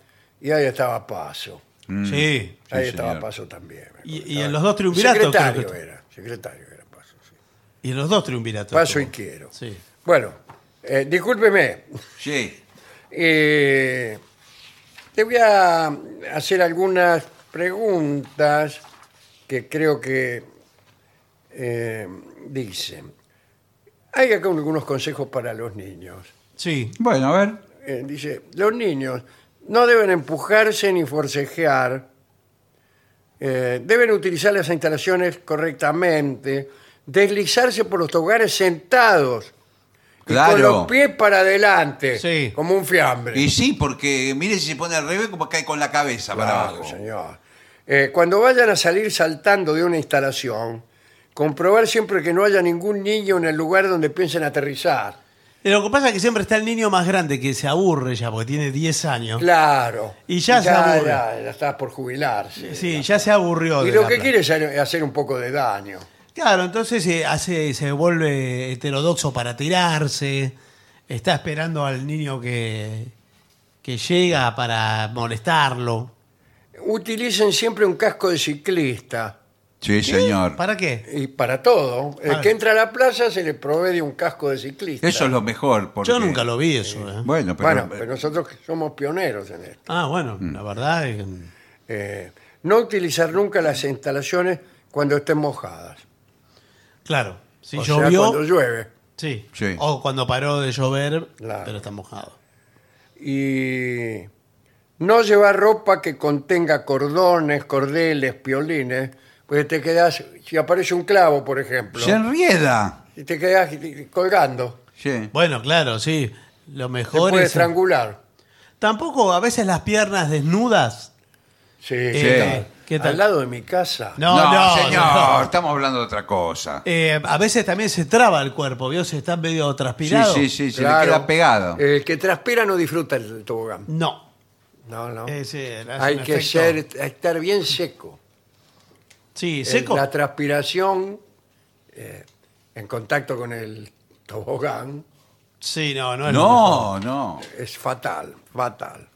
y ahí estaba Paso.
Mm. Sí.
Ahí
Sí,
estaba
señor.
Paso también. me
Y- y
comentaba.
en los dos triunviratos,
Secretario
creo que-
era, secretario era Paso. sí.
Y los dos triunviratos.
Paso y
tuvo.
quiero.
Sí.
Bueno, eh, discúlpeme,
Sí.
eh, te voy a hacer algunas preguntas que creo que eh, dicen. Hay acá algunos consejos para los niños.
Sí.
Bueno, a ver.
Eh, dice, los niños no deben empujarse ni forcejear, eh, deben utilizar las instalaciones correctamente, deslizarse por los togares sentados, y con
Claro.
los pies para adelante,
Sí.
como un fiambre.
Y sí, porque mire si se pone al revés, como cae con la cabeza para
Claro,
abajo.
señor. Eh, cuando vayan a salir saltando de una instalación, comprobar siempre que no haya ningún niño en el lugar donde piensen aterrizar.
Y Eh, Lo que pasa es que siempre está el niño más grande que se aburre ya porque tiene 10 años.
Claro.
Y ya se aburre.
ya- ya está por jubilarse.
Sí, ya se aburrió.
Y
de
lo
la
que
plata.
quiere es hacer un poco de daño.
Claro, entonces eh, hace, se vuelve heterodoxo para tirarse. Está esperando al niño que, que llega para molestarlo.
Utilicen siempre un casco de ciclista.
Sí, señor.
¿Para qué?
Y para todo. El
Ah.
que entra a la plaza se le provee de un casco de ciclista.
Eso es lo mejor. Porque...
Yo nunca lo vi eso. eh.
Bueno, pero.
Bueno, pero nosotros que somos pioneros en esto.
Ah, bueno,
Mm.
la verdad. es que-
Eh, no utilizar nunca las instalaciones cuando estén mojadas.
Claro, si
o sea,
llovió.
cuando llueve.
sí.
Sí.
O cuando paró de llover,
Claro.
pero está mojado.
Y no llevar ropa que contenga cordones, cordeles, piolines, porque te quedas, si aparece un clavo, por ejemplo,
Se enrieda.
y te quedas colgando,
Sí.
Bueno, claro, sí. Lo
te
mejor
puede
es. eh,
estrangular.
Tampoco a veces las piernas desnudas.
Sí,
Eh, ¿qué tal?
Al lado de mi casa.
No, no,
señor.
no.
Estamos hablando de otra cosa.
eh, a veces también se traba el cuerpo, ¿vio? Se está medio transpirado.
Sí, sí, sí. Se
Claro.
le queda pegado.
El que transpira no disfruta el tobogán.
No.
No, no.
Ese, Eh, hace
Hay
un
que
efecto-
ser, estar bien seco.
Sí,
El-
seco.
La transpiración eh, en contacto con el tobogán
Sí, no, no es lo mejor.
No, no.
es fatal, fatal.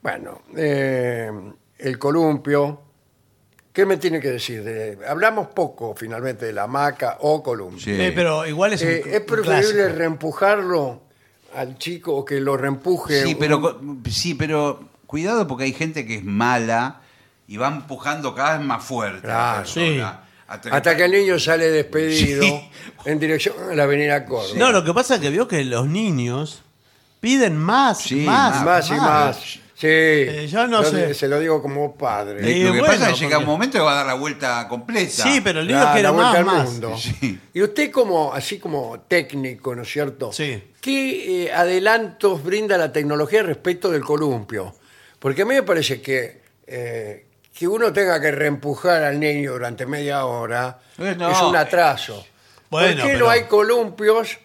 Bueno, eh, el columpio. ¿Qué me tiene que decir? de- hablamos poco finalmente de la hamaca o columpio.
Sí.
Eh, pero igual es un-
Eh, es
un
preferible
clásico.
reempujarlo al chico o que lo reempuje.
Sí,
un-
pero, co- sí, pero cuidado porque hay gente que es mala y va empujando cada vez más fuerte. a la
Claro.
persona.
Hasta que el niño sale despedido
Sí.
en dirección a la avenida Córdoba.
No, lo que pasa es que vio que los niños piden más,
Sí,
Ah, más, Eh,
más y más. Sí.
yo no
Yo
sé.
Se lo digo como padre.
Le-
Eh,
lo que
bueno,
pasa es que llega un
porque-
momento que va a dar la vuelta completa.
Sí, pero el niño
Da
quiere
la vuelta
más,
al
más.
mundo.
Sí.
Y usted como, así como técnico, ¿no es cierto?
Sí.
¿Qué eh, adelantos brinda la tecnología respecto del columpio? Porque a mí me parece que eh, que uno tenga que reempujar al niño durante media hora
Eh, no.
es un atraso.
Bueno,
¿Por qué
pero-
no hay columpios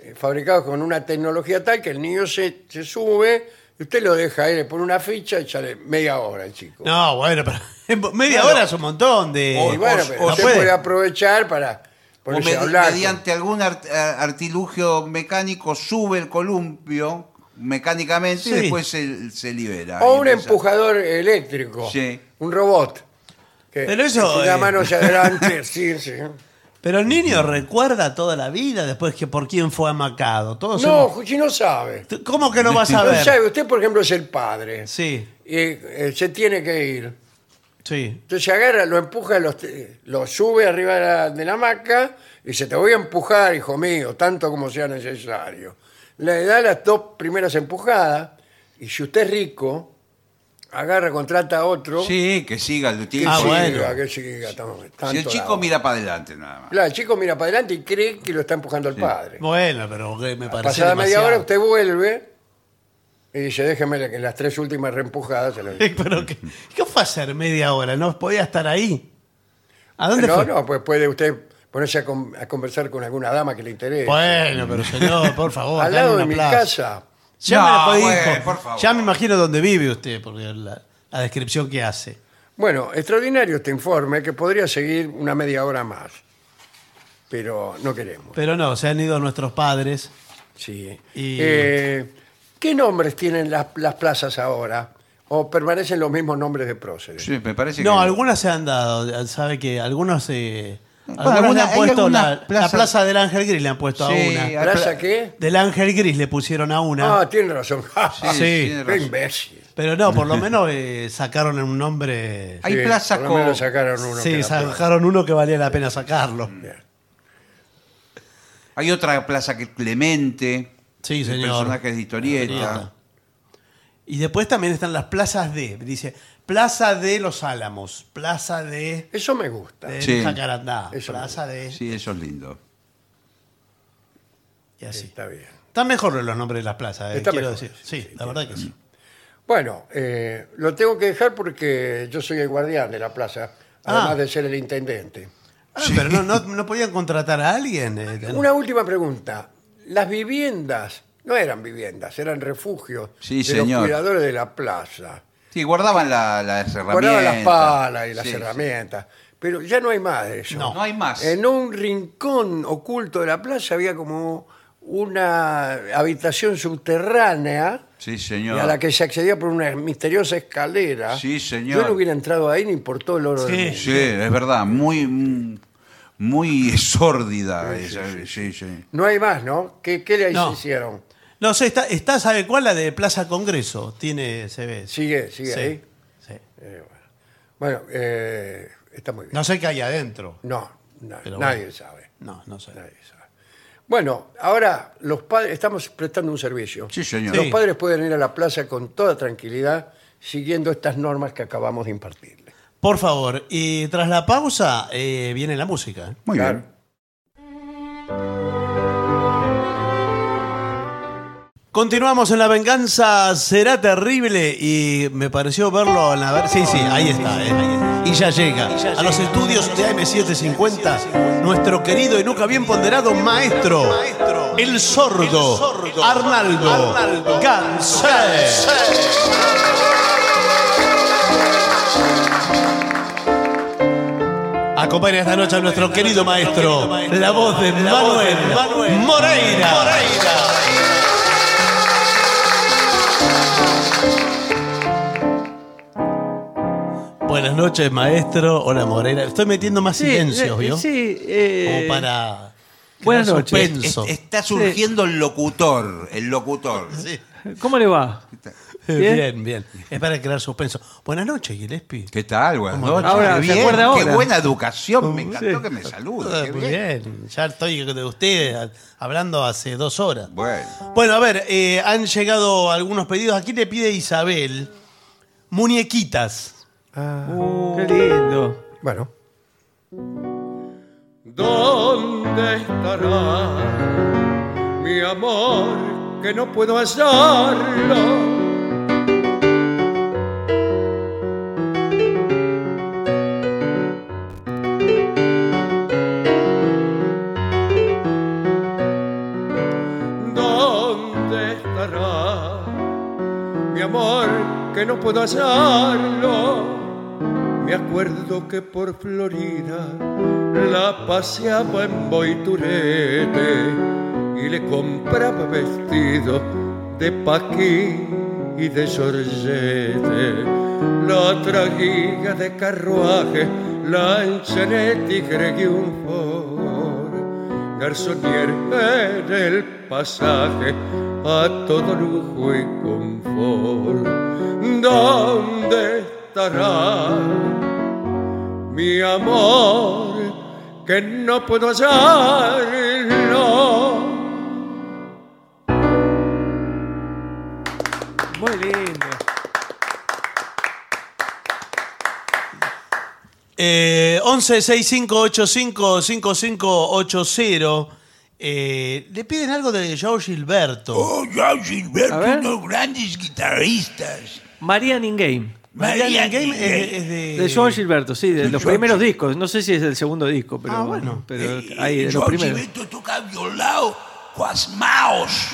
eh, fabricados con una tecnología tal que el niño se, se sube, y usted lo deja ahí, le pone una ficha y sale media hora el chico?
No, bueno, pero en media
Claro.
hora es un montón de.
O-
Y bueno, pero
o
no
usted
puede.
puede. aprovechar para
O
ponerse
medi-
a hablar. con-
mediante algún art- a- artilugio mecánico sube el columpio mecánicamente
Sí.
y después se, se libera.
O
Y
un
empieza-
empujador eléctrico.
Sí.
Un robot. Que
Pero eso,
Una
eh.
mano hacia adelante. sí, sí.
Pero el niño recuerda toda la vida después que por quién fue amacado. Todos
No,
hemos-
si no sabe.
¿Cómo que no vas a
No
No
ver?
sabe. Usted, por ejemplo, es el padre.
Sí,
Y eh, se tiene que ir.
sí.
Entonces agarra, lo empuja, lo, lo sube arriba de la, de la hamaca y se te voy a empujar, hijo mío, tanto como sea necesario. Le da las dos primeras empujadas y si usted es rico, agarra, contrata a otro.
Sí, que siga el
Que
tipo.
Ah,
siga,
bueno.
que siga. tam-
Si el
tanto
chico
lado.
mira para adelante nada más.
Claro, el chico mira para adelante y cree que lo está empujando el padre.
Bueno, pero que me parece.
Pasada media
demasiado.
hora usted vuelve y dice, déjeme que las tres últimas reempujadas se lo
pero ¿qué, qué fue a hacer media hora? ¿No podía estar ahí? ¿A dónde
No,
fue?
no, pues puede usted ponerse a, con- a conversar con alguna dama que le interese.
Bueno, pero señor, por
Oh,
favor.
Al
acá en
lado
una
de mi
plaza.
casa.
Ya
No,
me la podía-
bueno,
hijo,
por favor.
Ya me imagino dónde vive usted, porque la, la descripción que hace.
Bueno, extraordinario este informe que podría seguir una media hora más. Pero no queremos.
Pero no, se han ido nuestros padres.
Sí.
Y-
Eh, ¿Qué nombres tienen las, las plazas ahora? ¿O permanecen los mismos nombres de próceres?
Sí, me parece
No,
que-
algunas se han dado. Sabe que algunos eh,
Bueno,
algunas le
alguna-
han
hay
puesto
algunas
la, la
plazas-
plaza del Ángel Gris le han puesto
Sí,
a una.
hay
¿Plaza
pla-
qué?
Del Ángel Gris le pusieron a una.
Ah, tiene razón.
Sí,
Sí.
Qué
tiene razón.
imbécil.
pero no, por lo menos eh, sacaron un nombre.
Hay
Sí,
plazas
por lo menos
con-
sacaron uno que
sí,
era
sacaron uno que valía la pena sacarlo.
peor.
Hay otra plaza que es Clemente.
Sí,
de
señor.
Personajes de historieta.
Historieta. Y después también están las plazas de, dice, Plaza de los Álamos, Plaza de,
Eso me gusta.
de
Sí.
Jacarandá,
Eso
Plaza de...
Sí, eso es lindo.
Y así.
Está bien.
Están mejor los nombres de las plazas, eh,
Está
quiero
mejor,
decir. Sí, la verdad que sí.
Bueno, eh, lo tengo que dejar porque yo soy el guardián de la plaza,
Ah.
además de ser el intendente.
Ah, Pero no, no, no podían contratar a alguien. eh, de-
Una última pregunta. Las viviendas no eran viviendas, eran refugios
Sí,
de los
señor.
cuidadores de la plaza.
Sí, guardaban la- las herramientas.
Guardaban las palas y las
Sí, sí.
herramientas. Pero ya no hay más de eso.
No, no hay más.
En un rincón oculto de la plaza había como una habitación subterránea
Sí,
y
señor.
a la que se accedía por una misteriosa escalera.
Sí, señor.
Yo no hubiera entrado ahí ni por todo el oro del
Sí.
mundo.
Sí, es verdad. Muy, muy sórdida. esa- Sí, sí.
No hay más, ¿no? ¿Qué, qué le
No.
hicieron?
No sé, está, está, ¿sabe cuál? La de Plaza Congreso, tiene, se ve.
Sigue, sigue
Sí,
ahí.
sí.
Bueno, eh, está muy bien.
No sé qué hay adentro.
No, na-
Pero
nadie
bueno.
sabe.
No, no sé.
nadie sabe. Bueno, ahora los padres estamos prestando un servicio.
Sí, señor.
Los
Sí.
padres pueden ir a la plaza con toda tranquilidad siguiendo estas normas que acabamos de impartirles.
Por favor, y tras la pausa eh, viene la música. ¿eh?
Muy
Claro.
bien.
Continuamos en La Venganza Será Terrible y me pareció verlo en la... ver- Sí, sí, ahí está. eh, ahí está. Y ya llega a los estudios de AM750 nuestro querido y nunca bien ponderado maestro, el sordo, Arnaldo Gansé. Acompaña esta noche a nuestro querido maestro, la voz de Manuel Moreira. Buenas noches, maestro. Hola, Morera. Estoy metiendo más
Sí,
silencio,
eh,
¿vio?
Sí, eh,
Como para.
buenas
crear
noches.
Es-
Suspenso.
está surgiendo el locutor. El locutor.
Sí.
¿Cómo le va?
Bien. bien, Es para crear suspenso. Buenas noches, Gillespie.
¿Qué tal? Buenas noches.
Ahora,
Qué
¿se
bien,
acuerda
Qué
ahora?
buena educación. Me encantó
Sí.
que me salude.
Ah,
Qué
Muy
bien.
bien. Ya estoy de ustedes a- hablando hace dos horas.
Bueno.
Bueno, a ver, eh, han llegado algunos pedidos. Aquí le pide Isabel muñequitas. Uh.
Qué lindo.
Bueno,
¿Dónde estará mi amor que no puedo hallarlo? ¿Dónde estará mi amor que no puedo hallarlo? Me acuerdo que por Florida la paseaba en Boiturete y le compraba vestido de paquín y de sorgete. La traguía de carruaje, lancha en el tigre y un Ford. Garzonier en el pasaje a todo lujo y confort. ¿Dónde estará mi amor, que no puedo hallarlo.
Muy lindo.
Eh, 11 6585 5580. Eh, le piden algo de Joao Gilberto.
Oh, ya Gilberto,
A ver.
unos grandes guitarristas.
Marian in Game.
Mariana
Mariana
Game es,
Gay.
es de.
De Joan Gilberto, sí, de los
Joan
primeros discos. No sé si es del segundo disco, pero,
Ah, bueno.
pero
Eh,
ahí, de los
Joao
primeros.
Gilberto toca violao con las manos.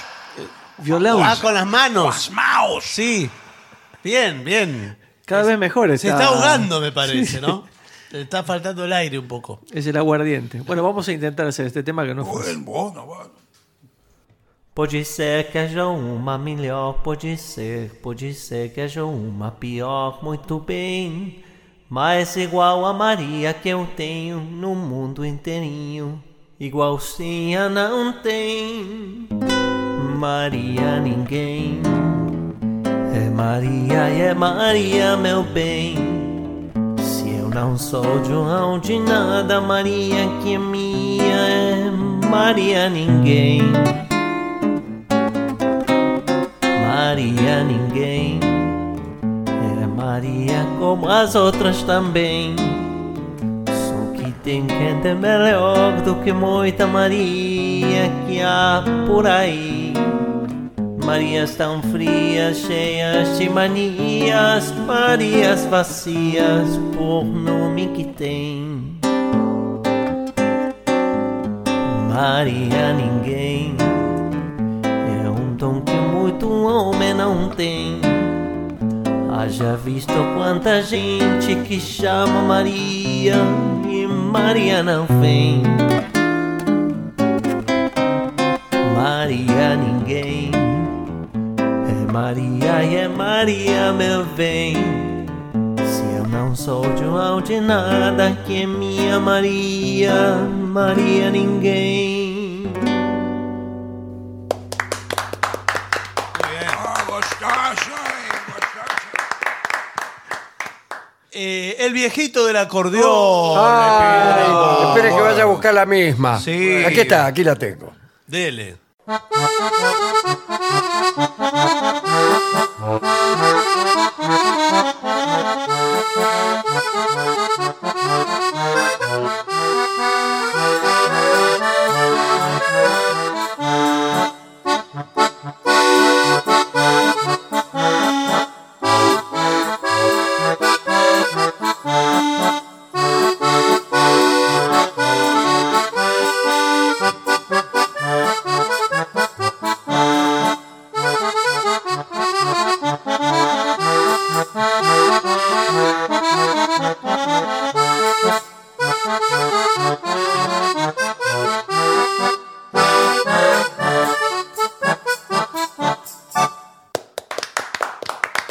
Violaus.
Ah, con las manos.
Las manos.
Sí. Bien, bien.
Cada vez mejor
Se
está.
está ahogando, me parece, ¿no? Le está faltando el aire un poco.
Es el aguardiente. Bueno, vamos a intentar hacer este tema que no fue.
Bueno, bueno, bueno.
Pode ser que haja uma melhor, pode ser, pode ser que haja uma pior, muito bem. Mas igual a Maria que eu tenho no mundo inteirinho, igualzinha não tem. Maria ninguém. É Maria e é Maria, meu bem. Se eu não sou João de nada, Maria que é minha é Maria ninguém. Maria ninguém. Era Maria como as outras também. Só que tem gente melhor do que muita Maria que há por aí. Marias tão frias, cheias de manias, Marias vazias, por nome que tem. Maria ninguém é um dom que muito homem não tem. Haja visto quanta gente que chama Maria e Maria não vem. Maria ninguém é Maria e é Maria meu bem. Se eu não sou João de nada que é minha Maria, Maria ninguém.
Eh, el viejito del acordeón.
Oh. Ah.
Ay, espere Ah, que vaya a buscar la misma.
Sí.
Aquí está, aquí la tengo.
Dele.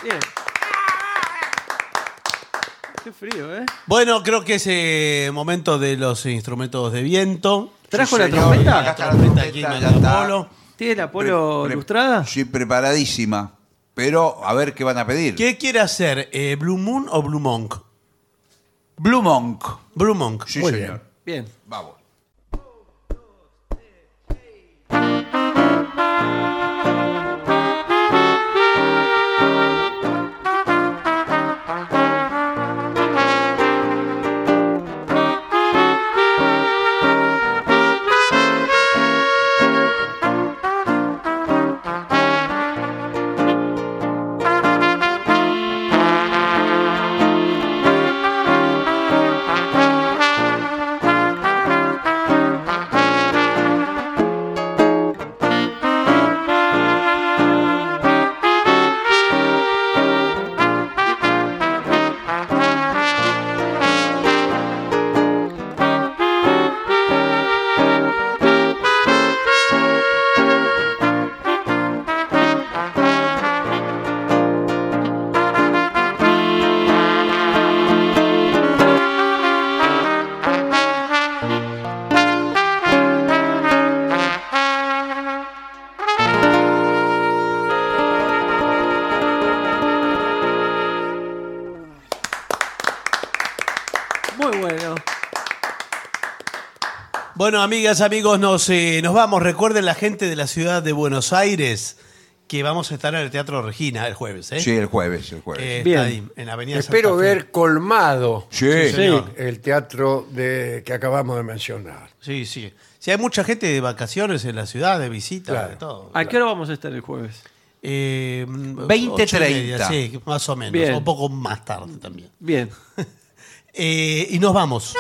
Bien. Qué frío, ¿eh?
Bueno, creo que ese momento de los instrumentos de viento.
¿Trajo la
señor.
trompeta?
Acá está la
Trompeta
trompeta,
aquí,
ya
Magna
está.
Polo.
¿Tiene la polo
Pre- pre-
ilustrada?
Sí, preparadísima. Pero a ver qué van a pedir.
¿Qué quiere hacer? eh, ¿Blue Moon o Blue Monk?
Blue Monk.
Blue Monk.
Sí,
Muy
señor.
Bien.
Vamos.
Muy bueno.
Bueno, amigas, amigos, nos, eh, nos vamos. Recuerden la gente de la ciudad de Buenos Aires que vamos a estar en el Teatro Regina el jueves, ¿eh?
Sí, el jueves, el jueves.
Eh,
Bien.
está ahí, en la avenida
Espero
Santa Fe.
ver colmado
sí.
señor.
el teatro de, que acabamos de mencionar.
Sí, sí. Si hay mucha gente de vacaciones en la ciudad, de visita,
Claro.
de todo.
¿A qué hora vamos a estar el jueves?
Eh,
20,
ocho y media,
30.
Sí, más o menos.
Bien.
O un poco más tarde también.
Bien.
Eh, y nos vamos.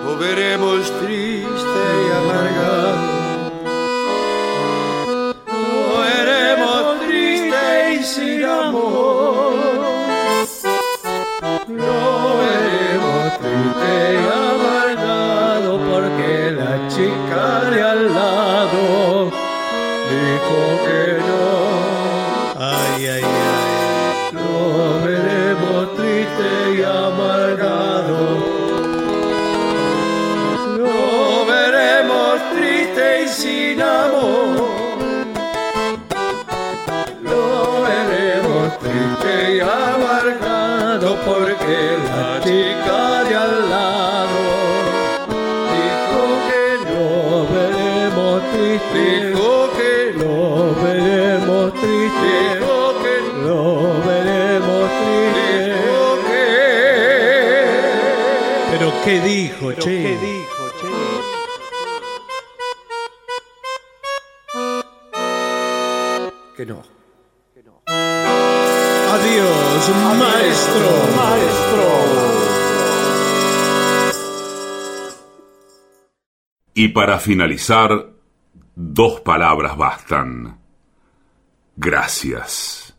o veremos triste y amargado. O veremos triste y sin amor. Lo veremos triste y amargado porque la chica de al lado dijo que no.
Ay, ay, ay.
Lo veremos triste y amargado. Lo veremos triste y sin amor. Lo veremos triste y amargado porque la chica de al lado. qué dijo,
Pero
che?
¿qué dijo, che?
Que no.
Adiós, maestro.
Y para finalizar, dos palabras bastan. Gracias.